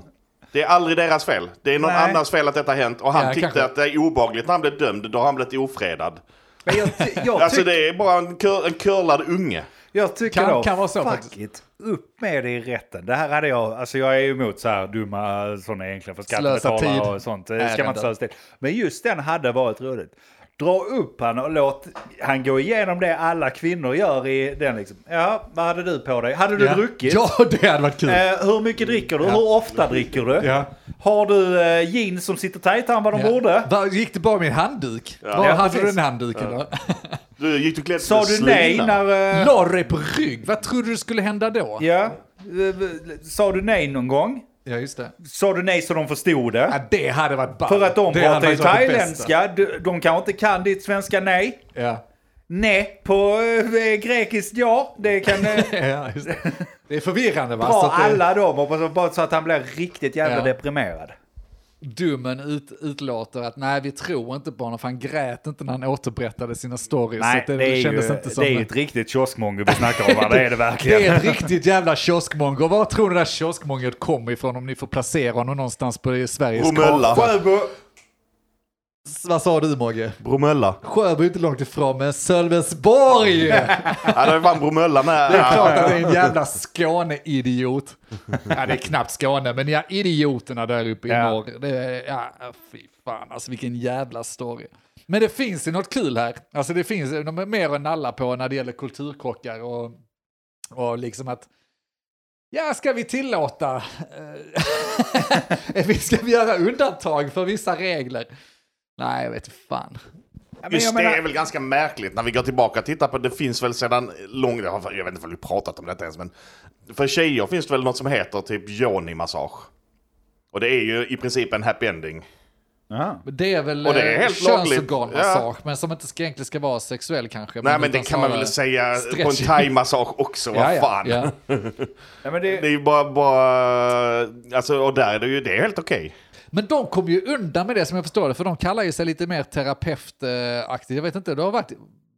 Speaker 2: Det är aldrig deras fel. Det är någon
Speaker 1: Nej.
Speaker 2: annans fel att detta har hänt. Och han
Speaker 4: Ja,
Speaker 2: tyckte
Speaker 4: kanske.
Speaker 2: att det är obagligt när han blev dömd. Då har han blivit ofredad.
Speaker 1: Men jag, ty- jag,
Speaker 2: Alltså
Speaker 1: tyck-
Speaker 2: det är bara en, cur, en curlad unge.
Speaker 1: jag tycker
Speaker 4: Kan-
Speaker 1: då,
Speaker 4: kan vara så
Speaker 1: fuck
Speaker 4: faktiskt.
Speaker 1: it, upp med det i rätten. Det här hade jag, alltså jag är ju emot så här dumma sådana enkla för
Speaker 4: Slösa tid.
Speaker 1: skattebetalare och sånt. Det ska man
Speaker 4: Ärenden.
Speaker 1: inte slösa tid. Men just den hade varit roligt. Dra upp han och låt han gå igenom det alla kvinnor gör i den liksom. Ja, vad hade du på dig? Hade du
Speaker 4: Ja.
Speaker 1: druckit?
Speaker 4: Ja, det hade varit kul.
Speaker 1: Eh, hur mycket dricker du? Hur ofta dricker du?
Speaker 4: Ja.
Speaker 1: Har du eh, jeans som sitter tajtare än vad de borde?
Speaker 4: Va, gick det bara med en handduk? Var
Speaker 1: Ja,
Speaker 4: hade du
Speaker 1: precis.
Speaker 4: den handduken då?
Speaker 2: Du gick du klädd
Speaker 1: Sa
Speaker 2: till
Speaker 1: du nej
Speaker 2: slinan?
Speaker 1: när... Eh,
Speaker 4: La du dig på rygg? Vad trodde du skulle hända då?
Speaker 1: ja. Eh, v- Sa du nej någon gång?
Speaker 4: Ja, just det.
Speaker 1: Sa du nej så de förstod det?
Speaker 4: Ja, det hade varit ballt.
Speaker 1: För att de
Speaker 4: Det hade
Speaker 1: pratar ju
Speaker 4: faktiskt varit det bästa.
Speaker 1: thailändska. De, de kanske inte kan ditt svenska nej.
Speaker 4: Ja.
Speaker 1: Nej på eh, grekiskt ja. Det kan... Eh,
Speaker 4: ja, just det. Det är förvirrande va? Så
Speaker 1: Dra
Speaker 4: att eh, det-
Speaker 1: alla dem och så- bara så att han blir riktigt jävla
Speaker 4: Ja.
Speaker 1: deprimerad.
Speaker 4: Dummen ut, utlåter att nej, vi tror inte på honom, för han grät inte när han återberättade sina stories.
Speaker 1: Nej,
Speaker 4: så
Speaker 1: det,
Speaker 4: att
Speaker 1: är ju,
Speaker 4: kändes inte som...
Speaker 1: det är ju ett riktigt kioskmongo vi snackar om. va? det är det verkligen.
Speaker 4: Det är ett riktigt jävla kioskmongo. Var tror ni det där kioskmongot kommer ifrån om ni får placera honom någonstans på Sveriges
Speaker 2: Bromölla.
Speaker 4: karta? Vad sa du Mogge?
Speaker 2: Bromölla.
Speaker 4: Sjöbo är inte långt ifrån, men Sölvesborg! Det är
Speaker 2: Ja, det var fan Bromölla med.
Speaker 4: klart att det är en jävla Skåne-idiot. Ja, det är knappt Skåne, men ja, idioterna där uppe i
Speaker 1: Ja.
Speaker 4: norr. Det är, ja, fy fan, alltså vilken jävla story. Men det finns ju något kul här. Alltså det finns, de är mer att nalla på när det gäller kulturkrockar och, och liksom att Ja, ska vi tillåta? Eh, vi ska vi göra undantag för vissa regler? Nej, jag vet inte fan.
Speaker 1: Ja, men
Speaker 2: Just
Speaker 1: jag menar-
Speaker 2: det är väl ganska märkligt när vi går tillbaka och tittar på det finns väl sedan långt, jag vet inte om vi pratat om detta ens men för tjejer finns det väl något som heter typ yoni-massage. Och det är ju i princip en happy ending.
Speaker 1: Ja.
Speaker 4: Men Det är väl
Speaker 2: Och det är
Speaker 4: eh,
Speaker 2: helt lagligt.
Speaker 4: könsorganmassage, men som inte ska, egentligen ska vara sexuell kanske.
Speaker 2: Nej men det
Speaker 4: utan
Speaker 2: kan man
Speaker 4: snarare-
Speaker 2: väl säga på en
Speaker 4: stretching.
Speaker 2: thai-massage också, vad fan.
Speaker 4: Ja, ja.
Speaker 1: Ja, men det,
Speaker 2: Det är ju bara, bara, alltså och där är det ju, det är helt okej.
Speaker 4: Men de kom ju undan med det som jag förstår det, för de kallar ju sig lite mer terapeutaktigt. Jag vet inte, det har varit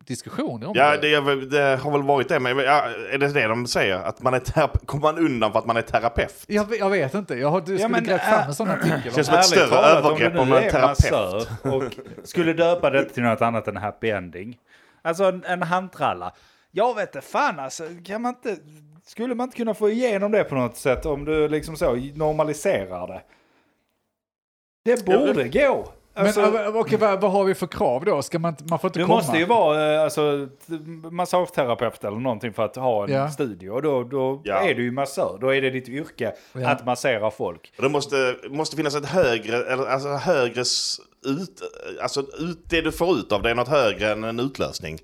Speaker 4: diskussioner om
Speaker 2: Ja, det, är väl- det har väl varit det, men ja, är det det de säger? Att man är terap- kommer man undan för att man är terapeut?
Speaker 4: Jag, vet- jag vet inte, jag har, du skulle
Speaker 1: men,
Speaker 4: grävt
Speaker 1: äh,
Speaker 4: fram en sån artikel.
Speaker 2: Känns som
Speaker 1: Ärligt
Speaker 2: ett större
Speaker 1: talat,
Speaker 2: övergrepp
Speaker 1: du
Speaker 2: om
Speaker 1: nu
Speaker 2: en
Speaker 1: är
Speaker 2: terapeut.
Speaker 1: massör och skulle döpa det till något annat än happy ending. Alltså en, en handtralla. Jag vet inte fan alltså, kan man inte, skulle man inte kunna få igenom det på något sätt om du liksom så normaliserar det? Det borde gå. Alltså,
Speaker 4: men äh, okej, vad, vad har vi för krav då? Ska man, inte- man får inte
Speaker 1: du
Speaker 4: komma?
Speaker 1: måste ju vara eh, alltså, t- massageterapeut eller någonting för att ha en
Speaker 4: Ja.
Speaker 1: studio. Och då, då
Speaker 2: Ja.
Speaker 1: är du ju massör. Då är det ditt yrke
Speaker 4: Ja.
Speaker 1: att massera folk.
Speaker 2: Och Det måste, måste finnas ett högre, eller alltså högre s- ut, alltså ut, det du får ut av det är något högre än en utlösning.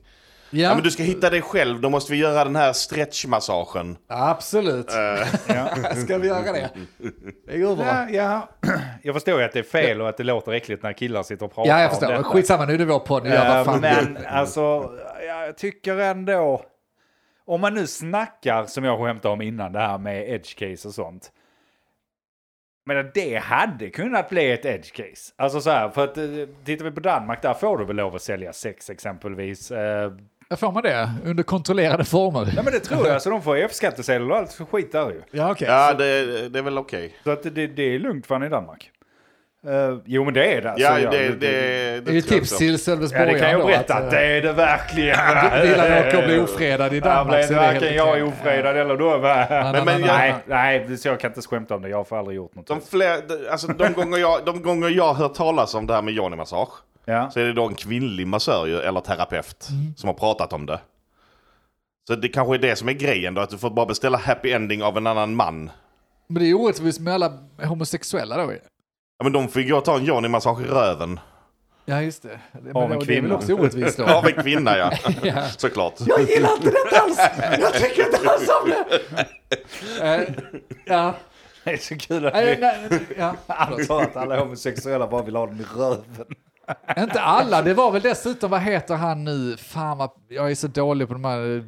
Speaker 2: Ja, men du ska hitta dig själv, då måste vi göra den här stretchmassagen.
Speaker 4: Absolut.
Speaker 2: Äh.
Speaker 4: Ska vi göra det? Det går bra.
Speaker 1: Ja, ja. Jag förstår ju att det är fel och att det låter äckligt när killar sitter och pratar
Speaker 4: Ja, jag
Speaker 1: om
Speaker 4: förstår.
Speaker 1: detta.
Speaker 4: Skitsamma, nu är det vår podd. Vi
Speaker 1: Eh,
Speaker 4: gör vad fan vi vill.
Speaker 1: Men alltså, jag tycker ändå... Om man nu snackar, som jag skämtade om innan, det här med edge case och sånt. Men det hade kunnat bli ett edge case. Alltså så här, för att eh, tittar vi på Danmark, där får du väl lov att sälja sex exempelvis. Eh,
Speaker 4: Jag får man det? Under kontrollerade former?
Speaker 1: Ja men det tror jag, så de får F-skattsedel och allt skit där ju.
Speaker 4: Ja, okej.
Speaker 2: Ja, det, det är väl okej.
Speaker 1: Så att det, det är lugnt fan i Danmark. Eh, jo men det är det.
Speaker 2: Ja,
Speaker 1: alltså.
Speaker 2: det,
Speaker 1: Jag-
Speaker 2: det, det,
Speaker 4: det är ju
Speaker 2: tror jag
Speaker 4: tips
Speaker 2: också.
Speaker 4: till
Speaker 1: Ja,
Speaker 4: Sölvesborgarna.
Speaker 1: det kan jag
Speaker 4: då,
Speaker 1: berätta
Speaker 4: att,
Speaker 1: att eh, det är det verkligen.
Speaker 4: eh, Lilla Jakob blir ofredad i
Speaker 1: Där
Speaker 4: Danmark.
Speaker 1: blev
Speaker 4: så det är
Speaker 1: varken
Speaker 4: helt
Speaker 1: jag
Speaker 4: okej.
Speaker 1: ofredad eller du.
Speaker 4: Ja,
Speaker 1: va?
Speaker 4: nej,
Speaker 2: men
Speaker 4: nej,
Speaker 2: jag-
Speaker 4: nej.
Speaker 1: Nej, nej, så jag kan inte skämta om det. Jag har aldrig gjort något.
Speaker 2: De, fler, alltså, de, gånger jag, de gånger jag har hört talas om det här med yoni-massage
Speaker 1: Ja.
Speaker 2: så är det då en kvinnlig massör ju, eller terapeut som har pratat om det. Så det kanske är det som är grejen då, att du får bara beställa happy ending av en annan man.
Speaker 4: Men det är ju orättvist med alla homosexuella då ju.
Speaker 2: Ja, men de fick ju ta en yoni-massage i röven.
Speaker 4: Ja, just det. Men
Speaker 1: Av en
Speaker 4: då- Det är väl
Speaker 1: kvinna.
Speaker 4: också orättvist då.
Speaker 2: Av en kvinna ja.
Speaker 4: Ja.
Speaker 2: Såklart.
Speaker 4: Jag gillar inte det alls! Jag tycker inte alls om det! Eh, ja.
Speaker 1: Det är så kul att
Speaker 4: Nej,
Speaker 1: vi
Speaker 4: nej, nej, ja.
Speaker 1: alla sa att alla homosexuella bara vill ha den i röven.
Speaker 4: Inte alla, det var väl dessutom, vad heter han nu? Fan vad, jag är så dålig på de här eh,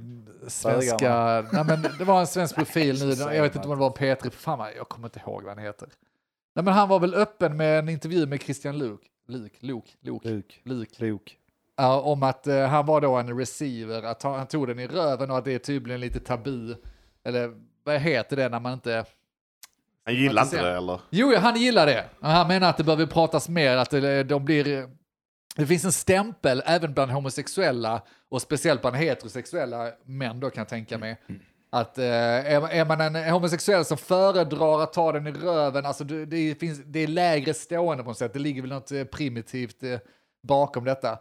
Speaker 4: svenska... Nej, men det var en svensk profil nu, jag vet inte om det var en Petri, fan vad, jag kommer inte ihåg vad han heter. Nej, men han var väl öppen med en intervju med Christian Luuk, Luuk, Luuk, Luuk,
Speaker 1: Luuk.
Speaker 4: Luuk.
Speaker 1: Klok.
Speaker 4: Ja, om att eh, han var då en receiver, att han, han tog den i röven och att det är tydligen lite tabu. Eller vad heter det när man inte...
Speaker 2: Han gillar inte
Speaker 4: Sen.
Speaker 2: det eller?
Speaker 4: Jo, ja, han gillar det. Han menar att det behöver pratas mer, att det, de blir... Det finns en stämpel även bland homosexuella och speciellt bland heterosexuella män då kan jag tänka mig. Att eh, är, är man en homosexuell som föredrar att ta den i röven, alltså det, det, finns, det är lägre stående på något sätt. Det ligger väl något eh, primitivt eh, bakom detta.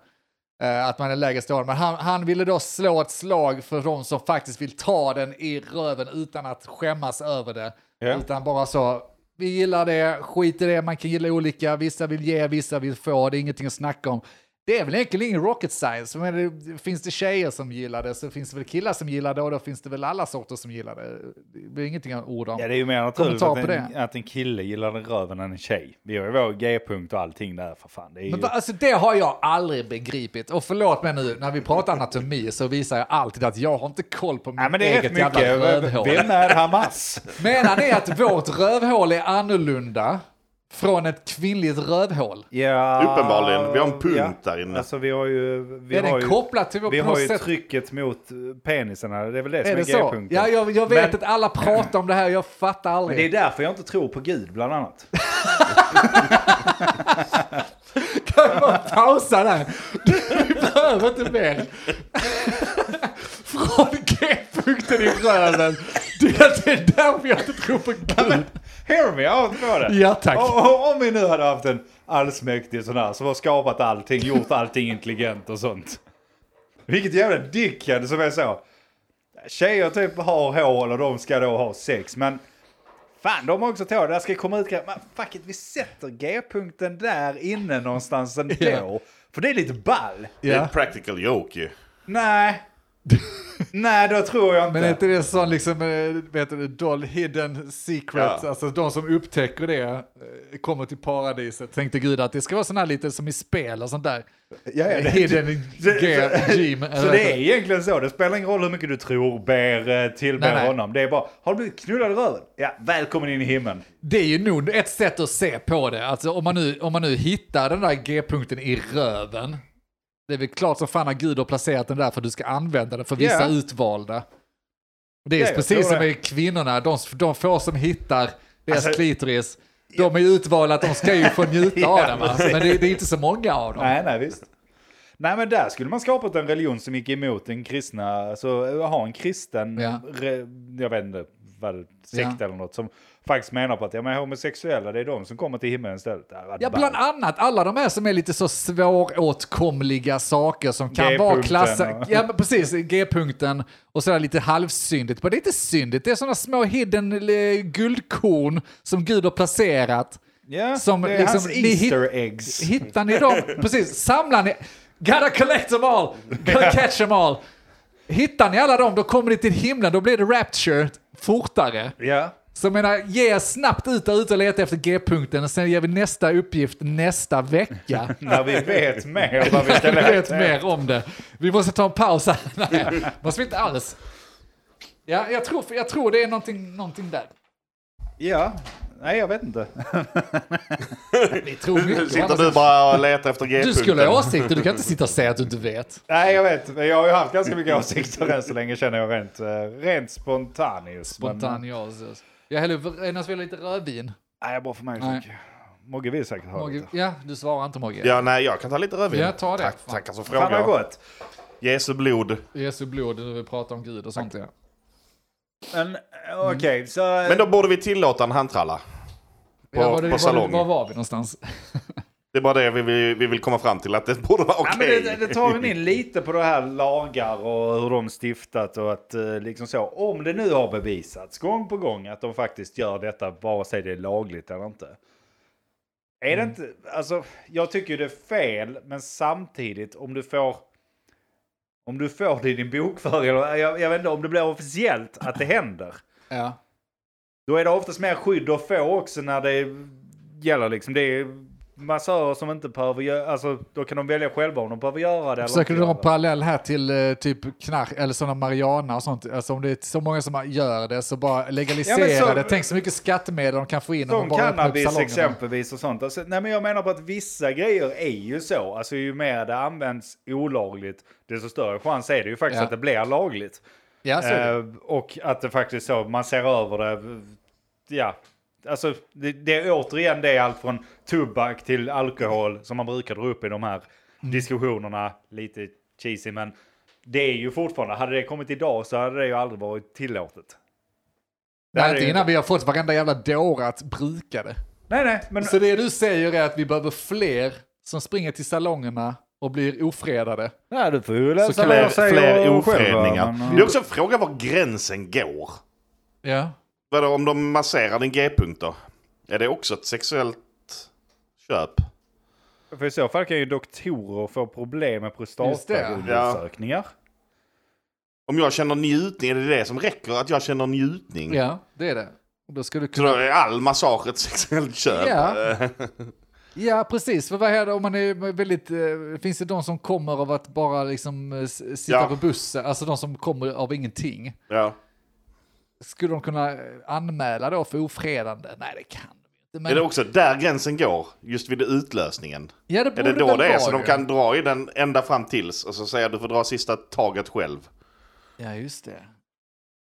Speaker 4: Eh, att man är lägre stående. Men han, han ville då slå ett slag för de som faktiskt vill ta den i röven utan att skämmas över det. Utan bara så, vi gillar det, skit i det, man kan gilla olika, vissa vill ge, vissa vill få, det är ingenting att snacka om. Det är väl egentligen ingen rocket science, men det, finns det tjejer som gillar det så finns det väl killar som gillar det och då finns det väl alla sorter som gillar det. Det blir ingenting att orda om.
Speaker 1: Ja, det är ju mer naturligt
Speaker 4: Kommentar
Speaker 1: att
Speaker 4: på
Speaker 1: en, att en kille gillar den röven än en tjej. Vi har ju vår G-punkt och allting där för fan. Det är ju...
Speaker 4: Men va, alltså det har jag aldrig begripit. Och förlåt mig nu, när vi pratar anatomi så visar jag alltid att jag har inte koll på mitt
Speaker 1: Nej, men det är rätt
Speaker 4: eget jävla
Speaker 1: mycket.
Speaker 4: rövhål.
Speaker 1: Vem är Hamas?
Speaker 4: Menar ni att vårt rövhål är annorlunda från ett kvinnligt rövhål?
Speaker 1: Ja,
Speaker 2: Uppenbarligen. Vi har en punkt där inne.
Speaker 1: Alltså vi har ju... Vi
Speaker 4: är
Speaker 1: har
Speaker 4: den
Speaker 1: ju,
Speaker 4: kopplad till vår
Speaker 1: vi har ju
Speaker 4: process?
Speaker 1: trycket mot eh, penisarna. Det är väl det som
Speaker 4: Är
Speaker 1: är,
Speaker 4: det så?
Speaker 1: G-punkten.
Speaker 4: Ja, jag, jag vet
Speaker 1: Men-
Speaker 4: att alla pratar om det här, jag fattar
Speaker 1: Men det är
Speaker 4: aldrig.
Speaker 1: därför jag inte tror på Gud, bland annat.
Speaker 4: Kan vi bara pausa där? Vi behöver inte mer. Från G-punkten i röven. Det är det är därför jag inte tror på Gud.
Speaker 1: Hear me out på det!
Speaker 4: Ja, tack.
Speaker 1: Och- och- Om vi nu hade haft en allsmäktig sån här som har skapat allting, gjort allting intelligent och sånt. Vilket jävla dickhead som är så. Tjejer typ har hål och de ska då ha sex, men fan de har också tår, där ska komma ut grejer. Men fuck it, vi sätter G-punkten där inne någonstans ändå.
Speaker 4: Ja.
Speaker 1: För det är lite ball.
Speaker 2: Det är
Speaker 4: Ja.
Speaker 2: ett practical joke ju.
Speaker 1: Nej. Nej, då tror jag inte.
Speaker 4: Men är inte det sån liksom, eh, vet du, doll hidden secret,
Speaker 2: Ja.
Speaker 4: alltså de som upptäcker det eh, kommer till paradiset. Tänkte Gud att det ska vara sån här lite som i spel och sånt där.
Speaker 1: Ja, ja, det-
Speaker 4: hidden
Speaker 1: det-
Speaker 4: G- gym.
Speaker 1: Så det är egentligen så, det spelar ingen roll hur mycket du tror, ber, eh, tillber
Speaker 4: Nej, nej.
Speaker 1: honom. Det är bara, har du blivit knullad i röven? Ja, välkommen in i himlen.
Speaker 4: Det är ju nog ett sätt att se på det. Alltså om man nu, om man nu hittar den där G-punkten i röven. Det är väl klart som fan att Gud har placerat den där för att du ska använda den för vissa
Speaker 1: Ja.
Speaker 4: utvalda. Det är
Speaker 1: Ja, jag tror
Speaker 4: precis som
Speaker 1: det.
Speaker 4: med kvinnorna, de, de få som hittar deras
Speaker 1: Alltså-
Speaker 4: klitoris, de är ju utvalda att de ska ju få njuta av den. Va? Men det, det är inte så många av dem.
Speaker 1: Nej, nej, visst. Nej, men där skulle man skapat en religion som gick emot den kristna, alltså eh, ha en kristen,
Speaker 4: Ja.
Speaker 1: re, jag vet inte, vad, sekt
Speaker 4: Ja.
Speaker 1: eller något, som faktiskt menar på att ja, men homosexuella, det är de som kommer till himlen istället. Det hade varit
Speaker 4: Ja, bland
Speaker 1: ballt.
Speaker 4: annat alla de här som är lite så svåråtkomliga saker som kan vara
Speaker 1: G-punkten
Speaker 4: klassade.
Speaker 1: och-
Speaker 4: Ja, men precis. G-punkten och sådär lite halvsyndigt. Men det är inte syndigt. Det är sådana små hidden eh, guldkorn som Gud har placerat.
Speaker 1: Ja,
Speaker 4: som
Speaker 1: det är
Speaker 4: liksom-
Speaker 1: hans
Speaker 4: ni hit-
Speaker 1: easter eggs.
Speaker 4: Hittar ni dem? Precis. Samlar ni? Gotta collect them all! Gotta catch them all! Hittar ni alla dem, då kommer ni till himlen. Då blir det rapture fortare.
Speaker 1: Ja.
Speaker 4: Så jag menar, ge snabbt ut där ute och leta efter G-punkten och sen ger vi nästa uppgift nästa vecka.
Speaker 1: När vi vet mer vad vi ska
Speaker 4: Jag vet
Speaker 1: leta
Speaker 4: mer om det. Vi måste ta en paus här. Nej, måste vi inte alls. Ja, jag tror, jag tror det är någonting, någonting där.
Speaker 1: Ja, nej jag vet inte.
Speaker 4: Vi tror mycket. å
Speaker 2: Sitter
Speaker 4: andra
Speaker 2: du bara och letar efter
Speaker 4: sidan.
Speaker 2: G-punkten?
Speaker 4: Du skulle ha åsikter, du kan inte sitta och säga att du inte vet.
Speaker 1: Nej, jag vet. Men Jag har ju haft ganska mycket åsikter än så länge känner jag rent, eh, rent spontaneus. Men, eh,
Speaker 4: Spontanios. Jag häller upp, Enas vill ha lite rödvin.
Speaker 1: nej, jag är bra för mig.
Speaker 4: Nej.
Speaker 1: tycker jag. Mogge vill säkert ha
Speaker 4: Mogge-
Speaker 1: lite.
Speaker 4: Ja, du svarar inte Mogge.
Speaker 2: Ja, nej, jag kan ta lite rödvin.
Speaker 4: Ja, ta det.
Speaker 2: Tack, tackar som
Speaker 1: Fan vad
Speaker 2: frågar.
Speaker 1: gott.
Speaker 2: Jesu blod.
Speaker 4: Jesu blod, du vill prata om Gud och sånt ja.
Speaker 1: Men eh, okej, så...
Speaker 2: Men då borde vi tillåta en handtralla. På,
Speaker 4: ja var det-
Speaker 2: på salong.
Speaker 4: Var, var var vi någonstans?
Speaker 2: Det är bara det vi vill, vi vill komma fram till, att det borde vara
Speaker 1: Ja,
Speaker 2: okej.
Speaker 1: men det, det tar väl in lite på det här lagar och hur de stiftat och att eh, liksom så. Om det nu har bevisats gång på gång att de faktiskt gör detta vare sig det är lagligt eller inte. Är det inte, alltså jag tycker ju det är fel men samtidigt om du får om du får det i din bokföring, eller jag, jag vet inte om det blir officiellt att det händer.
Speaker 4: Ja.
Speaker 1: Då är det oftast mer skydd att få också när det gäller liksom. Det är massörer som inte behöver göra, alltså då kan de välja själva om de behöver göra det
Speaker 4: Försöker du
Speaker 1: eller
Speaker 4: dra en
Speaker 1: inte. göra
Speaker 4: parallell här till eh, typ knark eller sådana marijuana och sånt? Alltså om det är så många som gör det så bara legalisera
Speaker 1: Ja, men så-
Speaker 4: det. Tänk så mycket skattemedel de kan få in
Speaker 1: det.
Speaker 4: om
Speaker 1: Som
Speaker 4: de bara öppnar upp
Speaker 1: cannabis
Speaker 4: salongerna.
Speaker 1: exempelvis och sånt. Alltså, nej men jag menar på att vissa grejer är ju så. Alltså ju mer det används olagligt desto större chans är det ju faktiskt
Speaker 4: Ja.
Speaker 1: att det blir lagligt.
Speaker 4: Ja, så är det.
Speaker 1: Eh, och att det faktiskt så, man ser över det. Ja, alltså det, det är återigen det är allt från tobak till alkohol som man brukar dra upp i de här diskussionerna. Lite cheesy men det är ju fortfarande, hade det kommit idag så hade det ju aldrig varit tillåtet. Det
Speaker 4: Nej,
Speaker 1: hade
Speaker 4: inte
Speaker 1: ju-
Speaker 4: innan vi har fått varenda jävla dåre att bruka det.
Speaker 1: Nej, nej, men
Speaker 4: Så det du säger är att vi behöver fler som springer till salongerna och blir ofredade.
Speaker 1: nej, du får ju
Speaker 4: Så
Speaker 1: läsa
Speaker 4: kan
Speaker 2: Fler,
Speaker 1: jag säger
Speaker 2: fler
Speaker 1: själv,
Speaker 2: ofredningar.
Speaker 1: men, eh,
Speaker 2: Det är också en fråga var gränsen går.
Speaker 4: Ja.
Speaker 2: Vadå, om de masserar din g-punkt då? Är det också ett sexuellt köp?
Speaker 1: eh, För i så fall kan ju doktorer få problem med
Speaker 4: Just det, ja.
Speaker 1: prostataundersökningar.
Speaker 2: Om jag känner njutning, är det det som räcker? Att jag känner njutning?
Speaker 4: ja, det är det. Och Då ska du
Speaker 2: Så då
Speaker 4: kunna...
Speaker 2: är all massage ett sexuellt köp?
Speaker 4: Ja. Ja, precis. För vad händer om man är väldigt... eh, Finns det de som kommer av att bara liksom eh, s- sitta
Speaker 2: Ja.
Speaker 4: på bussen? Alltså de som kommer av ingenting.
Speaker 2: ja.
Speaker 4: Skulle de kunna eh, anmäla då för ofredande? Nej, det kan de inte. Men...
Speaker 2: Är det också där gränsen går? Just vid utlösningen?
Speaker 4: ja, det
Speaker 2: Är
Speaker 4: borde
Speaker 2: det då
Speaker 4: väl
Speaker 2: det är?
Speaker 4: vara
Speaker 2: Så de
Speaker 4: ju.
Speaker 2: kan dra i den ända fram tills och så säger du får dra sista taget själv.
Speaker 4: Ja, just det.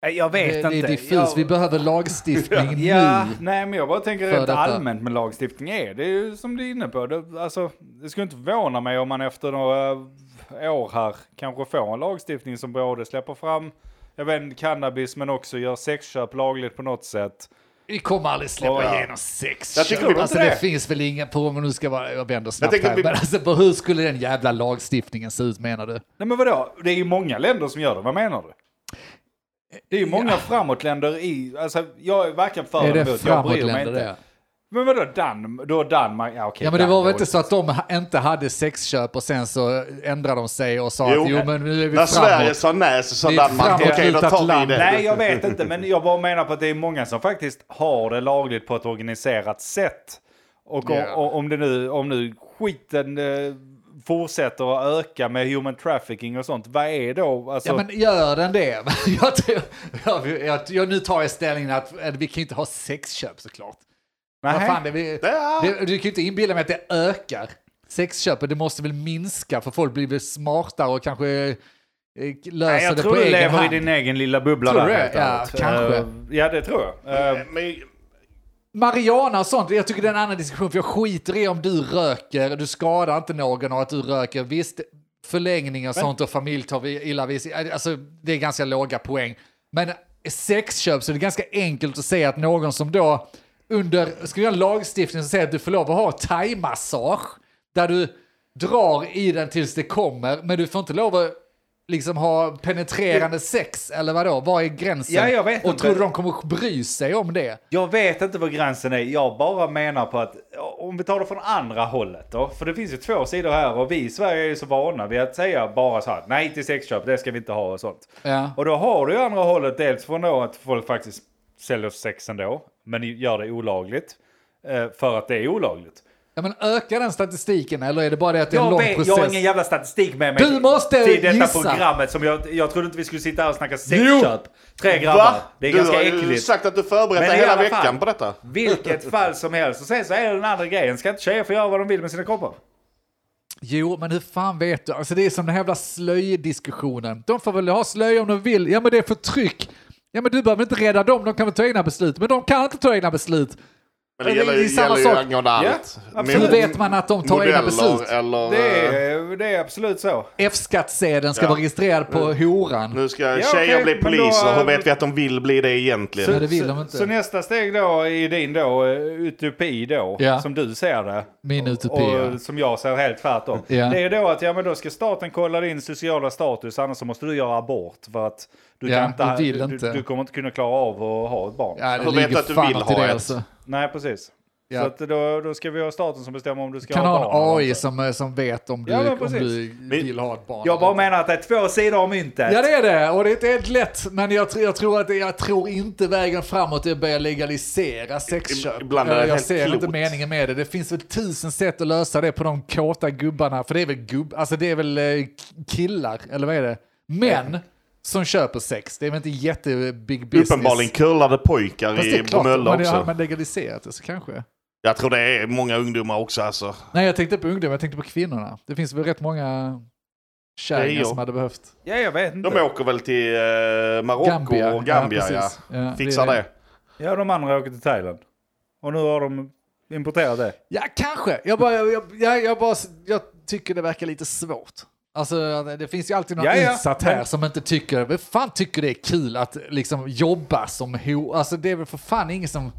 Speaker 1: Nej, Jag vet
Speaker 4: Det,
Speaker 1: inte.
Speaker 4: det är diffus.
Speaker 1: Jag-
Speaker 4: Vi behöver lagstiftning
Speaker 1: Ja,
Speaker 4: nu.
Speaker 1: nej men jag bara tänker
Speaker 4: För
Speaker 1: rent
Speaker 4: detta.
Speaker 1: allmänt med lagstiftning är det är ju som du är inne på. Det, alltså, det skulle inte förvåna mig om man efter några år här kanske får en lagstiftning som både släpper fram jag vet inte, cannabis men också gör sexköp lagligt på något sätt.
Speaker 4: Vi kommer aldrig släppa
Speaker 1: Ja.
Speaker 4: igenom sex.
Speaker 2: Jag tycker inte
Speaker 4: alltså,
Speaker 2: det.
Speaker 4: det. finns väl ingen på om nu ska vara, jag vänder snabbt
Speaker 2: tänker
Speaker 4: här,
Speaker 2: vi-
Speaker 4: men alltså, på hur skulle den jävla lagstiftningen se ut menar du?
Speaker 1: Nej men vadå, det är ju många länder som gör det, vad menar du? Det är ju många framåtländer i, alltså jag är varken för
Speaker 4: är
Speaker 1: eller
Speaker 4: det
Speaker 1: emot, jag bryr mig
Speaker 4: framåtländer
Speaker 1: inte.
Speaker 4: det?
Speaker 1: Men vadå Dan, då Danmark, ja okej.
Speaker 4: Ja men det var
Speaker 1: Danmark.
Speaker 4: väl inte så att de ha- inte hade sexköp och sen så ändrade de sig och sa
Speaker 2: Jo.
Speaker 4: att jo men nu är vi
Speaker 2: När
Speaker 4: framåt.
Speaker 2: Sverige sa nej så sa
Speaker 4: Det är ett
Speaker 2: Danmark okej då
Speaker 4: framåtlutat
Speaker 2: tar vi
Speaker 4: land."
Speaker 2: det.
Speaker 1: Nej, jag vet inte, men jag bara menar på att det är många som faktiskt har det lagligt på ett organiserat sätt. Och om,
Speaker 4: Ja.
Speaker 1: om, det nu, om nu skiten eh, fortsätter att öka med human trafficking och sånt, vad är då? Alltså,
Speaker 4: Ja men gör den det? jag, tror, jag, jag, jag, nu tar jag ställningen att eh, vi kan ju inte ha sexköp såklart. Vad
Speaker 1: nej.
Speaker 4: fan, det, vi,
Speaker 2: Ja.
Speaker 4: det, du kan ju inte inbilla mig att det ökar. Sexköpet, det måste väl minska för folk blir väl smartare och kanske eh, löser
Speaker 1: Nej, jag
Speaker 4: det
Speaker 1: tror
Speaker 4: på
Speaker 1: du
Speaker 4: egen
Speaker 1: lever
Speaker 4: hand.
Speaker 1: i din egen lilla bubbla
Speaker 4: Tror
Speaker 1: där.
Speaker 4: du det?
Speaker 1: helt
Speaker 4: Ja,
Speaker 1: ärligt.
Speaker 4: kanske.
Speaker 1: Eh, ja, det tror jag. Eh,
Speaker 2: Men,
Speaker 4: Mariana och sånt, jag tycker det är en annan diskussion för jag skiter i om du röker, du skadar inte någon av att du röker. Visst, förlängning och sånt och familj tar vi illa vid sig. Alltså det är ganska låga poäng. Men sexköp så är det ganska enkelt att säga att någon som då under, ska vi ha en lagstiftning som säger att du får lov att ha thaimassage där du drar i den tills det kommer, men du får inte lov att liksom ha penetrerande sex eller vadå? Var är gränsen?
Speaker 1: Ja, jag vet
Speaker 4: och
Speaker 1: inte.
Speaker 4: tror du de kommer att bry sig om det?
Speaker 1: Jag vet inte vad gränsen är. Jag bara menar på att om vi tar det från andra hållet då. För det finns ju två sidor här och vi i Sverige är ju så vana vid att säga bara så här. Nej till sexköp, det ska vi inte ha och sånt.
Speaker 4: Ja.
Speaker 1: Och då har du ju andra hållet. Dels från då att folk faktiskt säljer sex ändå. Men gör det olagligt. eh, För att det är olagligt.
Speaker 4: Ja, men ökar den statistiken eller är det bara det att det är en
Speaker 1: Jag,
Speaker 4: lång
Speaker 1: vet, jag har
Speaker 4: process?
Speaker 1: ingen jävla statistik med mig
Speaker 4: Du måste
Speaker 1: till detta
Speaker 4: gissa.
Speaker 1: programmet. Som jag, jag trodde inte vi skulle sitta här och snacka sexköp. Tre grabbar.
Speaker 2: Va?
Speaker 1: Det är
Speaker 2: du
Speaker 1: ganska
Speaker 2: har ju
Speaker 1: äckligt.
Speaker 2: sagt att du förberett
Speaker 1: Men
Speaker 2: dig
Speaker 1: i
Speaker 2: hela
Speaker 1: alla
Speaker 2: veckan
Speaker 1: fall.
Speaker 2: på detta.
Speaker 1: Vilket fall som helst. Och sen så är det den andra grejen. Ska inte tjejer få göra vad de vill med sina kroppar?
Speaker 4: Jo, men hur fan vet du? Alltså det är som den här jävla slöjdiskussionen. De får väl ha slöja om de vill. Ja, men det är förtryck. Ja, men du behöver inte rädda dem. De kan väl ta egna beslut. Men de kan inte ta egna beslut.
Speaker 2: Men
Speaker 4: det
Speaker 2: det
Speaker 4: är
Speaker 2: gäller, ju-
Speaker 4: samma
Speaker 2: gäller ju
Speaker 4: sak.
Speaker 2: angående allt.
Speaker 1: absolut.
Speaker 4: Hur
Speaker 2: Mod-
Speaker 4: vet man att de tar egna
Speaker 2: modeller
Speaker 4: beslut?
Speaker 2: Eller,
Speaker 1: Det
Speaker 2: eh,
Speaker 1: är, det är absolut så.
Speaker 4: F-skattsedeln ska
Speaker 2: Ja.
Speaker 4: vara registrerad på horan.
Speaker 2: Nu ska
Speaker 1: Ja,
Speaker 2: tjejer
Speaker 1: okej,
Speaker 2: bli
Speaker 1: men då,
Speaker 2: poliser, hur
Speaker 1: eh,
Speaker 2: vet vi att de vill bli det egentligen?
Speaker 4: det vill de inte.
Speaker 1: Så, så nästa steg då i din då, eh, utopi då,
Speaker 4: Ja.
Speaker 1: som du ser det.
Speaker 4: Min utopi,
Speaker 1: Och,
Speaker 4: ja.
Speaker 1: som jag ser helt tvärtom.
Speaker 4: Ja.
Speaker 1: Det är då att ja, men då ska staten kolla din sociala status, annars så måste du göra abort. För att du,
Speaker 4: Ja,
Speaker 1: kan inte,
Speaker 4: du vill
Speaker 1: du,
Speaker 4: inte.
Speaker 1: du kommer inte kunna klara av att ha ett barn.
Speaker 4: Ja, det
Speaker 2: Hur vet
Speaker 4: ligger
Speaker 2: du att du
Speaker 4: fan
Speaker 2: vill
Speaker 4: något i
Speaker 2: ha
Speaker 4: det
Speaker 2: ett?
Speaker 4: alltså.
Speaker 1: Nej, precis.
Speaker 4: Ja.
Speaker 1: Så att då, då ska vi ha staten som bestämmer om du ska
Speaker 4: Kan
Speaker 1: ha barn.
Speaker 4: ha en
Speaker 1: eller
Speaker 4: AI
Speaker 1: inte.
Speaker 4: som, eh, som vet om du,
Speaker 1: Ja, men
Speaker 4: om
Speaker 1: precis.
Speaker 4: du
Speaker 2: Men-
Speaker 4: vill ha ett barn.
Speaker 1: Jag bara menar att det är två sidor om myntet.
Speaker 4: Ja det är det, och det är inte helt lätt. Men jag, tr- jag, tror, att, det- jag tror inte vägen framåt är att börja legalisera sexköp. Eh,
Speaker 2: ibland är det
Speaker 4: jag jag
Speaker 2: helt
Speaker 4: ser inte
Speaker 2: klokt.
Speaker 4: meningen med det. Det finns väl tusen sätt att lösa det på de kåta gubbarna. För det är väl gubb, alltså det är väl eh, killar, eller vad är det? Män som köper sex. Det är väl inte jätte eh, big business.
Speaker 2: Uppenbarligen kullade pojkar
Speaker 4: Fast det
Speaker 2: i
Speaker 4: är klart, om
Speaker 2: Bromölla
Speaker 4: man,
Speaker 2: också.
Speaker 4: hade man legaliserat det så kanske.
Speaker 2: Jag tror det är många ungdomar också alltså.
Speaker 4: Nej jag tänkte på ungdomar, jag tänkte på kvinnorna. Det finns väl rätt många
Speaker 2: Det är
Speaker 4: kärringar
Speaker 2: jag.
Speaker 4: som hade behövt.
Speaker 1: Ja, jag vet inte.
Speaker 2: De åker väl till eh, Marocko
Speaker 4: Gambia.
Speaker 2: och Gambia,
Speaker 4: Ja,
Speaker 2: ja.
Speaker 4: precis. Ja,
Speaker 2: Fixar
Speaker 4: det
Speaker 2: det.
Speaker 4: är det.
Speaker 1: Ja, de andra åker till Thailand. Och nu har de importerat det.
Speaker 4: Ja, kanske. Jag, bara, jag, jag, jag, bara, jag tycker det verkar lite svårt. Alltså, det finns ju alltid någon
Speaker 1: Ja, ja.
Speaker 4: utsatt här
Speaker 1: Men-
Speaker 4: som inte tycker, vem fan tycker det är kul att liksom jobba som ho... Alltså det är väl för fan ingen som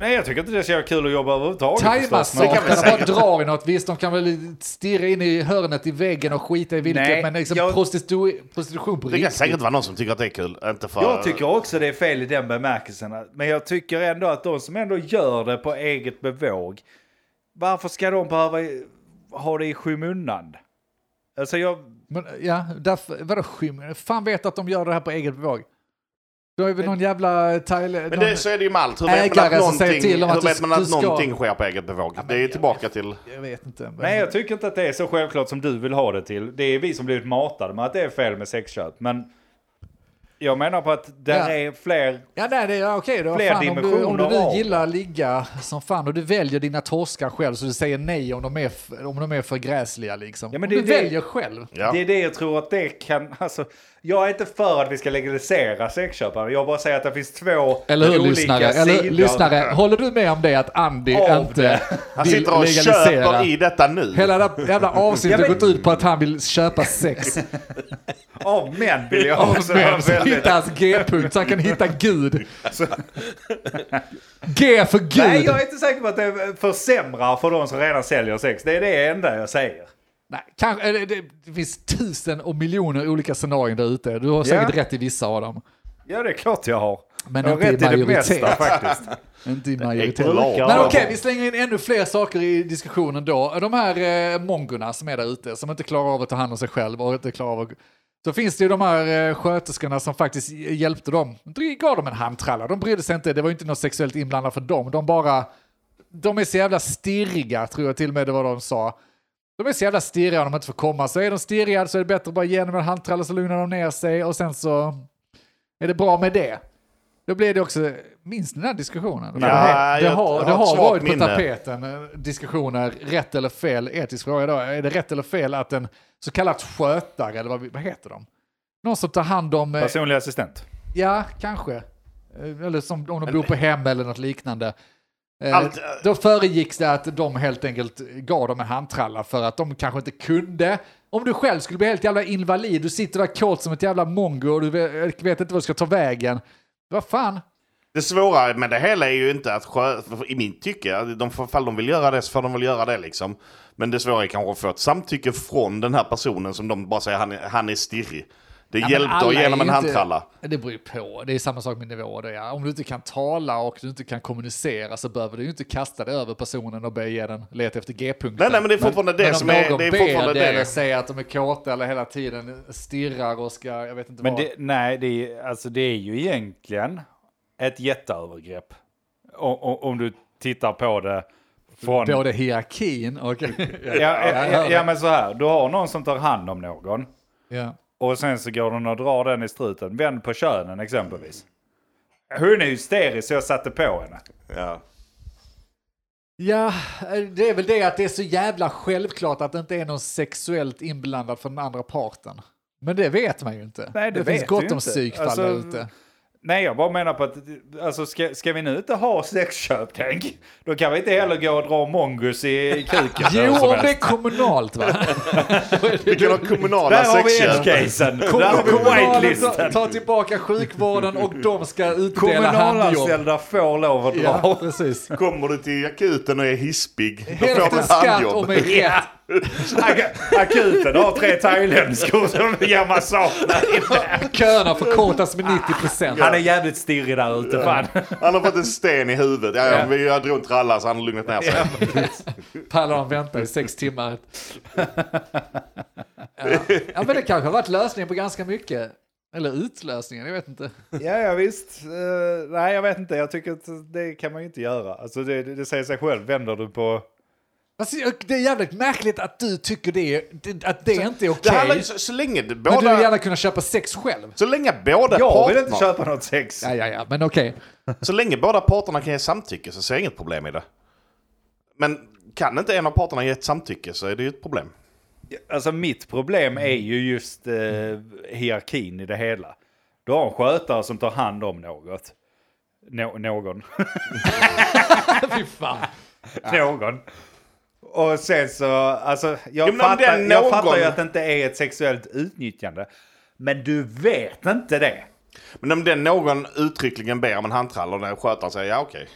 Speaker 1: Nej, jag tycker inte det är så jävla kul att jobba överhuvudtaget.
Speaker 4: tajmar
Speaker 1: förstås, men-
Speaker 4: sakerna, bara drar i något. Visst, de kan väl stirra in i hörnet i väggen och skita i vilket,
Speaker 1: Nej,
Speaker 4: men liksom
Speaker 1: jag-
Speaker 4: prostitu- prostitution på
Speaker 2: Det kan
Speaker 4: riktigt.
Speaker 2: säkert vara någon som tycker att det är kul. Inte för...
Speaker 1: Jag tycker också det är fel i den bemärkelsen. Men jag tycker ändå att de som ändå gör det på eget bevåg. Varför ska de behöva ha det i skymundan? Alltså jag...
Speaker 4: Men, ja, därför, vadå skymmer? Fan vet att de gör det här på eget bevåg. Då är väl någon jävla... Thail-
Speaker 2: Men
Speaker 4: någon...
Speaker 2: det, så är det ju med allt. Hur
Speaker 4: Ägare
Speaker 2: vet man att
Speaker 4: som säger
Speaker 2: någonting,
Speaker 4: till om att
Speaker 2: hur
Speaker 4: du-
Speaker 2: vet man att
Speaker 4: du ska-
Speaker 2: någonting sker på eget bevåg? det är ju tillbaka till...
Speaker 4: Jag vet inte. men-
Speaker 1: Nej, jag tycker inte att det är så självklart som du vill ha det till. Det är vi som blivit matade med att det är fel med sexköp. Men jag menar på att där
Speaker 4: Ja.
Speaker 1: är fler...
Speaker 4: Ja, nej, det är okej då.
Speaker 1: Fler
Speaker 4: Fan, om du, om du
Speaker 1: dimensioner
Speaker 4: nu
Speaker 1: av
Speaker 4: gillar att ligga som fan och du väljer dina torskar själv så du säger nej om de är, f- om de är för gräsliga liksom.
Speaker 1: Ja, men
Speaker 4: om
Speaker 1: det-
Speaker 4: du
Speaker 1: det-
Speaker 4: väljer själv.
Speaker 2: Ja.
Speaker 1: Det är det jag tror att det kan... Alltså, jag är inte för att vi ska legalisera sexköpare. Jag bara säger att det finns två
Speaker 4: Eller hur
Speaker 1: olika
Speaker 4: lyssnare?
Speaker 1: sidor.
Speaker 4: Eller, lyssnare? Håller du med om det att Andy
Speaker 1: Av
Speaker 4: inte
Speaker 1: det.
Speaker 2: Han
Speaker 4: vill
Speaker 2: sitter och
Speaker 4: legalisera?
Speaker 2: köper i detta nu.
Speaker 4: Hela det här jävla avsnittet
Speaker 1: Ja,
Speaker 4: har
Speaker 1: men-
Speaker 4: gått ut på att han vill köpa sex.
Speaker 1: Av män vill jag
Speaker 4: Av
Speaker 1: också
Speaker 4: män.
Speaker 1: ha väldigt-
Speaker 4: Hitta hans G-punkt så han kan hitta Gud. G för Gud.
Speaker 1: Nej, jag är inte säker på att det försämrar för de som redan säljer sex. Det är det enda jag säger.
Speaker 4: Nej, kanske, eller det, det finns tusen och miljoner olika scenarier där ute. Du har säkert
Speaker 1: Ja.
Speaker 4: rätt i vissa av dem.
Speaker 1: Ja, det är klart jag har.
Speaker 4: Men
Speaker 1: jag har
Speaker 4: inte i
Speaker 1: rätt i det
Speaker 4: majoritet.
Speaker 1: mesta faktiskt.
Speaker 4: Inte i majoritet.
Speaker 2: klart.
Speaker 4: Men okej, vi slänger in ännu fler saker i diskussionen då. De här eh, mongorna som är där ute, som inte klarar av att ta hand om sig själv och inte klarar av att... Så finns det ju de här eh, sköterskorna som faktiskt hjälpte dem. De gav dem en handtralla, de brydde sig inte, det var ju inte något sexuellt inblandat för dem. De bara... De är så jävla stirriga, tror jag till och med det var de sa. De är så jävla stirriga om de inte får komma. Så är de stirriga så är det bättre att bara ge dem en handtralla så lugnar de ner sig och sen så är det bra med det. Då blir det också, minns ni den här diskussionen?
Speaker 2: Nej,
Speaker 4: det har, det
Speaker 2: jag
Speaker 4: har,
Speaker 2: har
Speaker 4: det
Speaker 2: ett
Speaker 4: har
Speaker 2: svagt
Speaker 4: varit på
Speaker 2: minne.
Speaker 4: tapeten eh, diskussioner, rätt eller fel, etisk fråga då. Är det rätt eller fel att en så kallad skötare, eller vad, vi- vad heter de? Någon som tar hand om... eh,
Speaker 1: Personlig assistent.
Speaker 4: Ja, kanske. Eh, Eller som om de bor på hem eller något liknande. Eh,
Speaker 2: Allt-
Speaker 4: Då föregicks det att de helt enkelt gav dem en handtralla för att de kanske inte kunde. Om du själv skulle bli helt jävla invalid, du sitter där kåt som ett jävla mongo och du vet, vet inte vad du ska ta vägen. Vad fan?
Speaker 2: Det svåra med det hela är ju inte att skö... i min tycke, de får, fall de vill göra det så får de väl göra det liksom. Men det svåra är kanske att få ett samtycke från den här personen som de bara säger han, är- han är stirrig. Det
Speaker 4: Ja, men
Speaker 2: hjälpte
Speaker 4: alla
Speaker 2: att ge
Speaker 4: är
Speaker 2: honom en
Speaker 4: ju inte-
Speaker 2: handtralla.
Speaker 4: Det beror ju på. Det är samma sak med nivåer. där, Ja. Om du inte kan tala och du inte kan kommunicera så behöver du ju inte kasta dig över personen och börja ge den, leta efter G-punkten.
Speaker 2: Nej, nej, men det är fortfarande det
Speaker 4: men
Speaker 2: som är-
Speaker 4: om någon
Speaker 2: det är
Speaker 4: ber
Speaker 2: fortfarande
Speaker 4: det
Speaker 2: det.
Speaker 4: eller säger att de är kåta eller hela tiden stirrar och ska, jag vet inte
Speaker 1: Men
Speaker 4: vad.
Speaker 1: det, nej, det är, alltså det är ju egentligen ett jätteövergrepp. O, o, om du tittar på det från...
Speaker 4: Både hierarkin och... ja,
Speaker 1: Ja,
Speaker 4: jag
Speaker 1: ja,
Speaker 4: hör
Speaker 1: ja,
Speaker 4: det.
Speaker 1: ja, men så här. Du har någon som tar hand om någon.
Speaker 4: ja.
Speaker 1: Och sen så går hon och drar den i struten. Vänd på könen exempelvis. Hon är hysterisk så jag satte på henne.
Speaker 2: Ja.
Speaker 4: Ja, det är väl det att det är så jävla självklart att det inte är någon sexuellt inblandad från den andra parten. Men det vet man ju inte.
Speaker 1: Nej, det
Speaker 4: finns
Speaker 1: vet
Speaker 4: gott
Speaker 1: vi
Speaker 4: om
Speaker 1: inte.
Speaker 4: psykfall
Speaker 1: Alltså,
Speaker 4: där ute.
Speaker 1: Nej, jag bara menar på att alltså, ska, ska vi nu inte ha sexköp, tänk? Då kan vi inte heller gå och dra mongus i, i kuken.
Speaker 4: Jo,
Speaker 1: eller så
Speaker 4: om
Speaker 1: där.
Speaker 4: det är kommunalt va?
Speaker 2: Vi kan ha kommunala
Speaker 1: Där har vi
Speaker 2: sexköp.
Speaker 1: edge-casen. Där har vi
Speaker 4: Kommunalen
Speaker 1: whitelisten.
Speaker 4: tar, tar tillbaka sjukvården och de ska utdela handjobb.
Speaker 1: Kommunalanställda får lov att dra.
Speaker 4: Ja, precis.
Speaker 2: Kommer du till akuten och är hispig, då får du
Speaker 4: Hälften skatt
Speaker 2: handjobb.
Speaker 4: om är rätt.
Speaker 1: Ak- Akuten har tre thailändskor som gör massage.
Speaker 4: Köerna förkortas med 90 procent.
Speaker 1: Han är jävligt stirrig där ute. Fan.
Speaker 2: Han har fått en sten i huvudet. Ja,
Speaker 4: Ja.
Speaker 2: ja. Vi har drog till alla så han har lugnat ner sig.
Speaker 4: Pallar han vänta i sex timmar. Ja. ja, men det kanske har varit lösningen på ganska mycket. Eller utlösningen, jag vet inte.
Speaker 1: Ja, ja visst. Eh, nej, jag vet inte. Jag tycker att det kan man ju inte göra. Alltså, det, det det säger sig själv. Vänder du på...
Speaker 4: Alltså, det är jävligt märkligt att du tycker det, är- det- att det inte är
Speaker 2: Det
Speaker 4: okej.
Speaker 2: handlar ju så, så länge det-
Speaker 4: Men du vill
Speaker 2: båda...
Speaker 4: gärna kunna köpa sex själv.
Speaker 2: Så länge båda
Speaker 1: Jag vill inte
Speaker 2: parterna...
Speaker 1: köpa något sex.
Speaker 4: Ja, ja, ja, men okej.
Speaker 2: Så länge båda parterna kan ge samtycke så ser jag inget problem i det. Men kan inte en av parterna ge ett samtycke så är det ju ett problem.
Speaker 1: Alltså mitt problem är ju just eh, hierarkin i det hela. Du har en skötare som tar hand om något. Nå- någon.
Speaker 4: Fy fan.
Speaker 1: någon. Och sen så, alltså jag,
Speaker 2: Jo, men om
Speaker 1: fattar,
Speaker 2: den
Speaker 1: jag
Speaker 2: någon-
Speaker 1: fattar ju att det inte är ett sexuellt utnyttjande. Men du vet inte det.
Speaker 2: Men om den någon uttryckligen ber om en handtrall och den skötaren säger ja okej.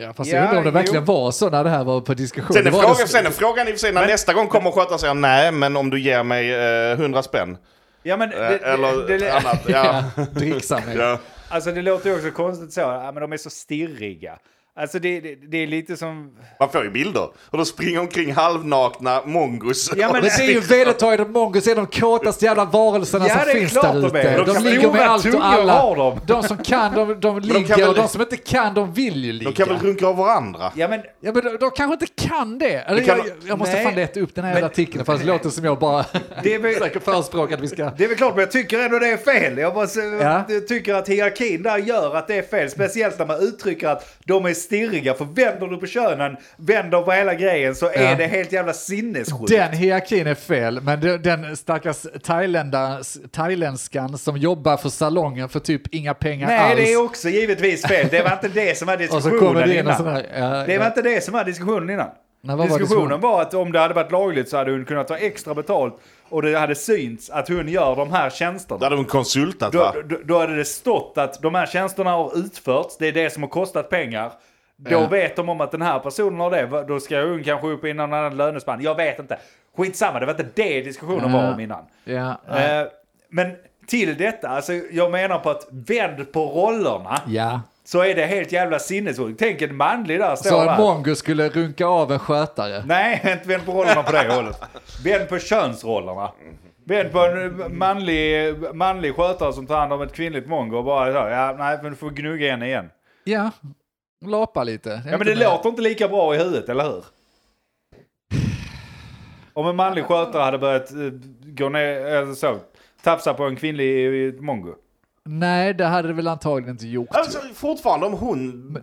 Speaker 4: Ja, fast
Speaker 1: Ja,
Speaker 4: jag undrar om det verkligen
Speaker 1: jo.
Speaker 4: var så när det här var på diskussion.
Speaker 2: Sen är,
Speaker 4: Var
Speaker 2: frågan,
Speaker 4: det-
Speaker 2: sen är frågan i och för sig när nästa gång kommer skötaren säga nej men om du ger mig eh, 100 spänn.
Speaker 1: Ja men det,
Speaker 2: Eh, Eller
Speaker 1: det, det,
Speaker 2: annat.
Speaker 4: Ja,
Speaker 2: Ja.
Speaker 4: dricksamhet.
Speaker 2: Ja.
Speaker 1: alltså, det låter ju också konstigt så. Ja, men de är så stirriga. Alltså det, det, det är lite som...
Speaker 2: Man får ju bilder. Och då springer omkring halvnakna mongos.
Speaker 1: Ja, men
Speaker 4: Men det är ju vedertaget att mongos är de kåtaste jävla varelserna
Speaker 1: Liksom. Ja, det
Speaker 4: som
Speaker 1: är
Speaker 4: finns
Speaker 1: klart
Speaker 4: där
Speaker 1: de är.
Speaker 4: ute.
Speaker 1: De
Speaker 4: De,
Speaker 1: kan-
Speaker 4: ligger
Speaker 1: stora
Speaker 4: med allt
Speaker 1: tungor
Speaker 4: och alla.
Speaker 1: har de.
Speaker 4: de som kan, de, de ligger
Speaker 2: väl-
Speaker 4: och de som inte kan, de vill ju ligga.
Speaker 2: De kan väl runka av varandra?
Speaker 1: Ja men
Speaker 4: Ja, men de, de kanske inte kan det. Eller,
Speaker 2: kan-
Speaker 4: jag, jag måste
Speaker 1: Nej.
Speaker 4: fan leta upp den här
Speaker 1: Men-
Speaker 4: jävla artikeln, fast det låter som jag bara
Speaker 1: det är väl...
Speaker 4: försöker förespråka att vi ska...
Speaker 1: Det är väl klart, men jag tycker ändå det är fel. Jag bara, så-
Speaker 4: Ja.
Speaker 1: jag tycker att hierarkin där gör att det är fel. Speciellt när man uttrycker att de är stirriga. För vänder du på könen, vänder på hela grejen, så är
Speaker 4: Ja.
Speaker 1: det helt jävla sinnessjukt.
Speaker 4: Den hierarkin är fel, men de- den stackars thailändars- thailändskan som jobbar för salongen för typ inga pengar
Speaker 1: Nej,
Speaker 4: alls.
Speaker 1: det är också givetvis fel. Det var inte det som var
Speaker 4: och så kommer
Speaker 1: diskussionen
Speaker 4: det in en
Speaker 1: innan.
Speaker 4: sån här... Ja,
Speaker 1: Det var
Speaker 4: ja.
Speaker 1: inte det som var diskussionen innan.
Speaker 4: Nej, vad var
Speaker 1: diskussionen
Speaker 4: diskussionen?
Speaker 1: var att om det hade varit lagligt så hade hon kunnat ta extra betalt och det hade synts att hon gör de här tjänsterna.
Speaker 2: Då hade hon konsultat va?
Speaker 1: Då, då, då hade det stått att de här tjänsterna har utförts, det är det som har kostat pengar. Då
Speaker 4: Ja.
Speaker 1: vet de om att den här personen har det, Va- då ska hon kanske upp i någon annan lönespann. Jag vet inte. Skitsamma, det var inte det diskussionen var om innan.
Speaker 4: Ja, ja.
Speaker 1: Eh, men till detta, alltså jag menar på att vänd på rollerna
Speaker 4: ja.
Speaker 1: så är det helt jävla sinnessjukt. Tänk en manlig där står
Speaker 4: Så
Speaker 1: där.
Speaker 4: en mongo skulle runka av en skötare?
Speaker 1: Nej, inte vänd på rollerna på det hållet. Vänd på könsrollerna. Vänd på en manlig, manlig skötare som tar hand om ett kvinnligt mongo och bara så, ja, nej, men du får gnugga henne igen.
Speaker 4: Ja, lapa lite. är
Speaker 1: Ja, men det
Speaker 4: inte mer.
Speaker 1: låter inte lika bra i huvudet, eller hur? Om en manlig skötare hade börjat eh, gå ner, eh, så, tafsa på en kvinnlig eh, mongo.
Speaker 4: Nej, det hade det väl antagligen inte gjort.
Speaker 2: Alltså fortfarande om hon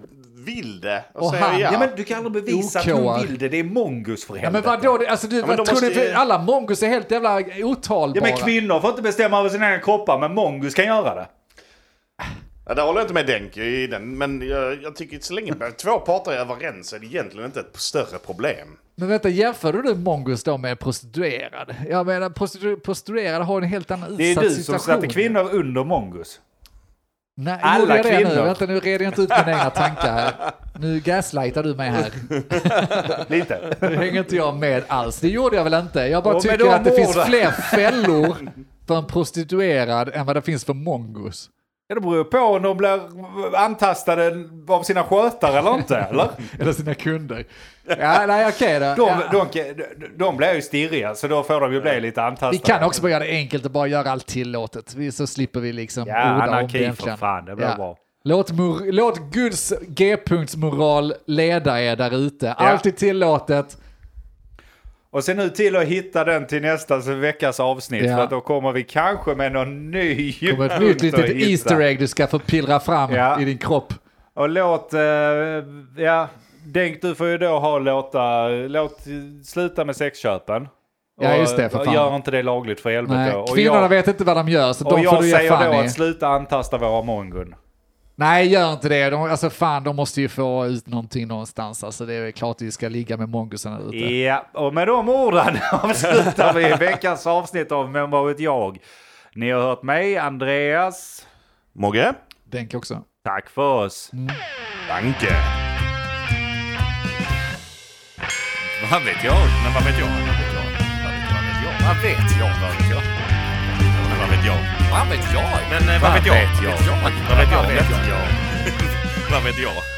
Speaker 2: vill det och,
Speaker 4: Och
Speaker 2: säger
Speaker 4: han-
Speaker 2: ja.
Speaker 1: Ja, men du kan aldrig bevisa att
Speaker 4: Okåar.
Speaker 1: hon vill det. Det är mongos för
Speaker 4: Ja, men
Speaker 1: helvete.
Speaker 4: vadå? Det- Alltså, du,
Speaker 2: men
Speaker 4: vad
Speaker 2: de
Speaker 4: tror
Speaker 2: måste
Speaker 4: du?
Speaker 2: ju-
Speaker 4: Alla mongos är helt jävla otalbara.
Speaker 1: Ja, men kvinnor får inte bestämma över sina egna kroppar, men mongos kan göra det.
Speaker 2: Ja, där håller jag inte med Denke i den. Men jag, jag tycker att så länge två parter är överens är det egentligen inte ett större problem.
Speaker 4: Men vänta, jämför du nu mongos då med prostituerade? Jag menar, prostitu- prostituerade har en helt annan
Speaker 1: Det är
Speaker 4: utsatt
Speaker 1: du som
Speaker 4: situation.
Speaker 1: satte kvinnor under mongos.
Speaker 4: Nej,
Speaker 1: Alla
Speaker 4: gjorde jag det
Speaker 1: kvinnor.
Speaker 4: Nu? Vänta, nu reder jag inte ut mina egna tankar här. Nu gaslightar du mig här.
Speaker 1: Lite.
Speaker 4: Det hänger inte jag med alls. Det gjorde jag väl inte. Jag bara
Speaker 1: Ja, men
Speaker 4: tycker
Speaker 1: de
Speaker 4: att det
Speaker 1: mår
Speaker 4: finns
Speaker 1: det.
Speaker 4: fler fällor för en prostituerad än vad det finns för mongos.
Speaker 1: Ja, det beror på om de blir antastade av sina skötare eller inte. Eller?
Speaker 4: Eller sina kunder. Ja, nej, okej då.
Speaker 1: De,
Speaker 4: Ja.
Speaker 1: de, de, de blir ju stirriga, så då får de ju bli lite
Speaker 4: Vi
Speaker 1: antastade.
Speaker 4: kan också bara göra det enkelt och bara göra allt tillåtet. Vi, så slipper vi liksom
Speaker 1: Ja,
Speaker 4: orda
Speaker 1: anarki
Speaker 4: om det.
Speaker 1: för
Speaker 4: egentligen.
Speaker 1: fan, det blir bra.
Speaker 4: Låt, mor- låt Guds G-punktsmoral leda er där ute. Allt är tillåtet.
Speaker 1: Och se nu till att hitta den till nästa veckas avsnitt,
Speaker 4: Ja.
Speaker 1: för att då kommer vi kanske med någon ny
Speaker 4: Det kommer ett
Speaker 1: punkt
Speaker 4: nytt litet
Speaker 1: att hitta.
Speaker 4: Easter egg du ska få pillra fram
Speaker 1: Ja.
Speaker 4: i din kropp.
Speaker 1: Och låt, eh, ja, Denk du får ju då ha låta, låt, sluta med sexköpen.
Speaker 4: Ja,
Speaker 1: Och,
Speaker 4: just det, för
Speaker 1: och
Speaker 4: fan.
Speaker 1: Gör inte det lagligt för
Speaker 4: Nej,
Speaker 1: helvete. Och
Speaker 4: kvinnorna
Speaker 1: jag-
Speaker 4: vet inte vad de gör, så
Speaker 1: Och
Speaker 4: de får
Speaker 1: jag
Speaker 4: du ge
Speaker 1: säger då
Speaker 4: fan i.
Speaker 1: att sluta antasta våra mongon.
Speaker 4: Nej, gör inte det. De, alltså fan, de måste ju få ut någonting någonstans. Alltså det är väl klart vi ska ligga med mongosarna där ute.
Speaker 1: Ja, och med de orden avslutar vi veckans avsnitt av Men vad vet jag? Ni har hört mig, Andreas.
Speaker 2: Mogge?
Speaker 4: Denk också.
Speaker 1: Tack för oss.
Speaker 2: Danke.
Speaker 3: Vad vet jag? Men vad vet jag? Vad vet jag? Vad vet jag? Vad vet jag? Men Vad vet jag? Vad vet jag? Men eh, vad vet jag? Vad vet jag? Vad vet jag? Vad vet jag?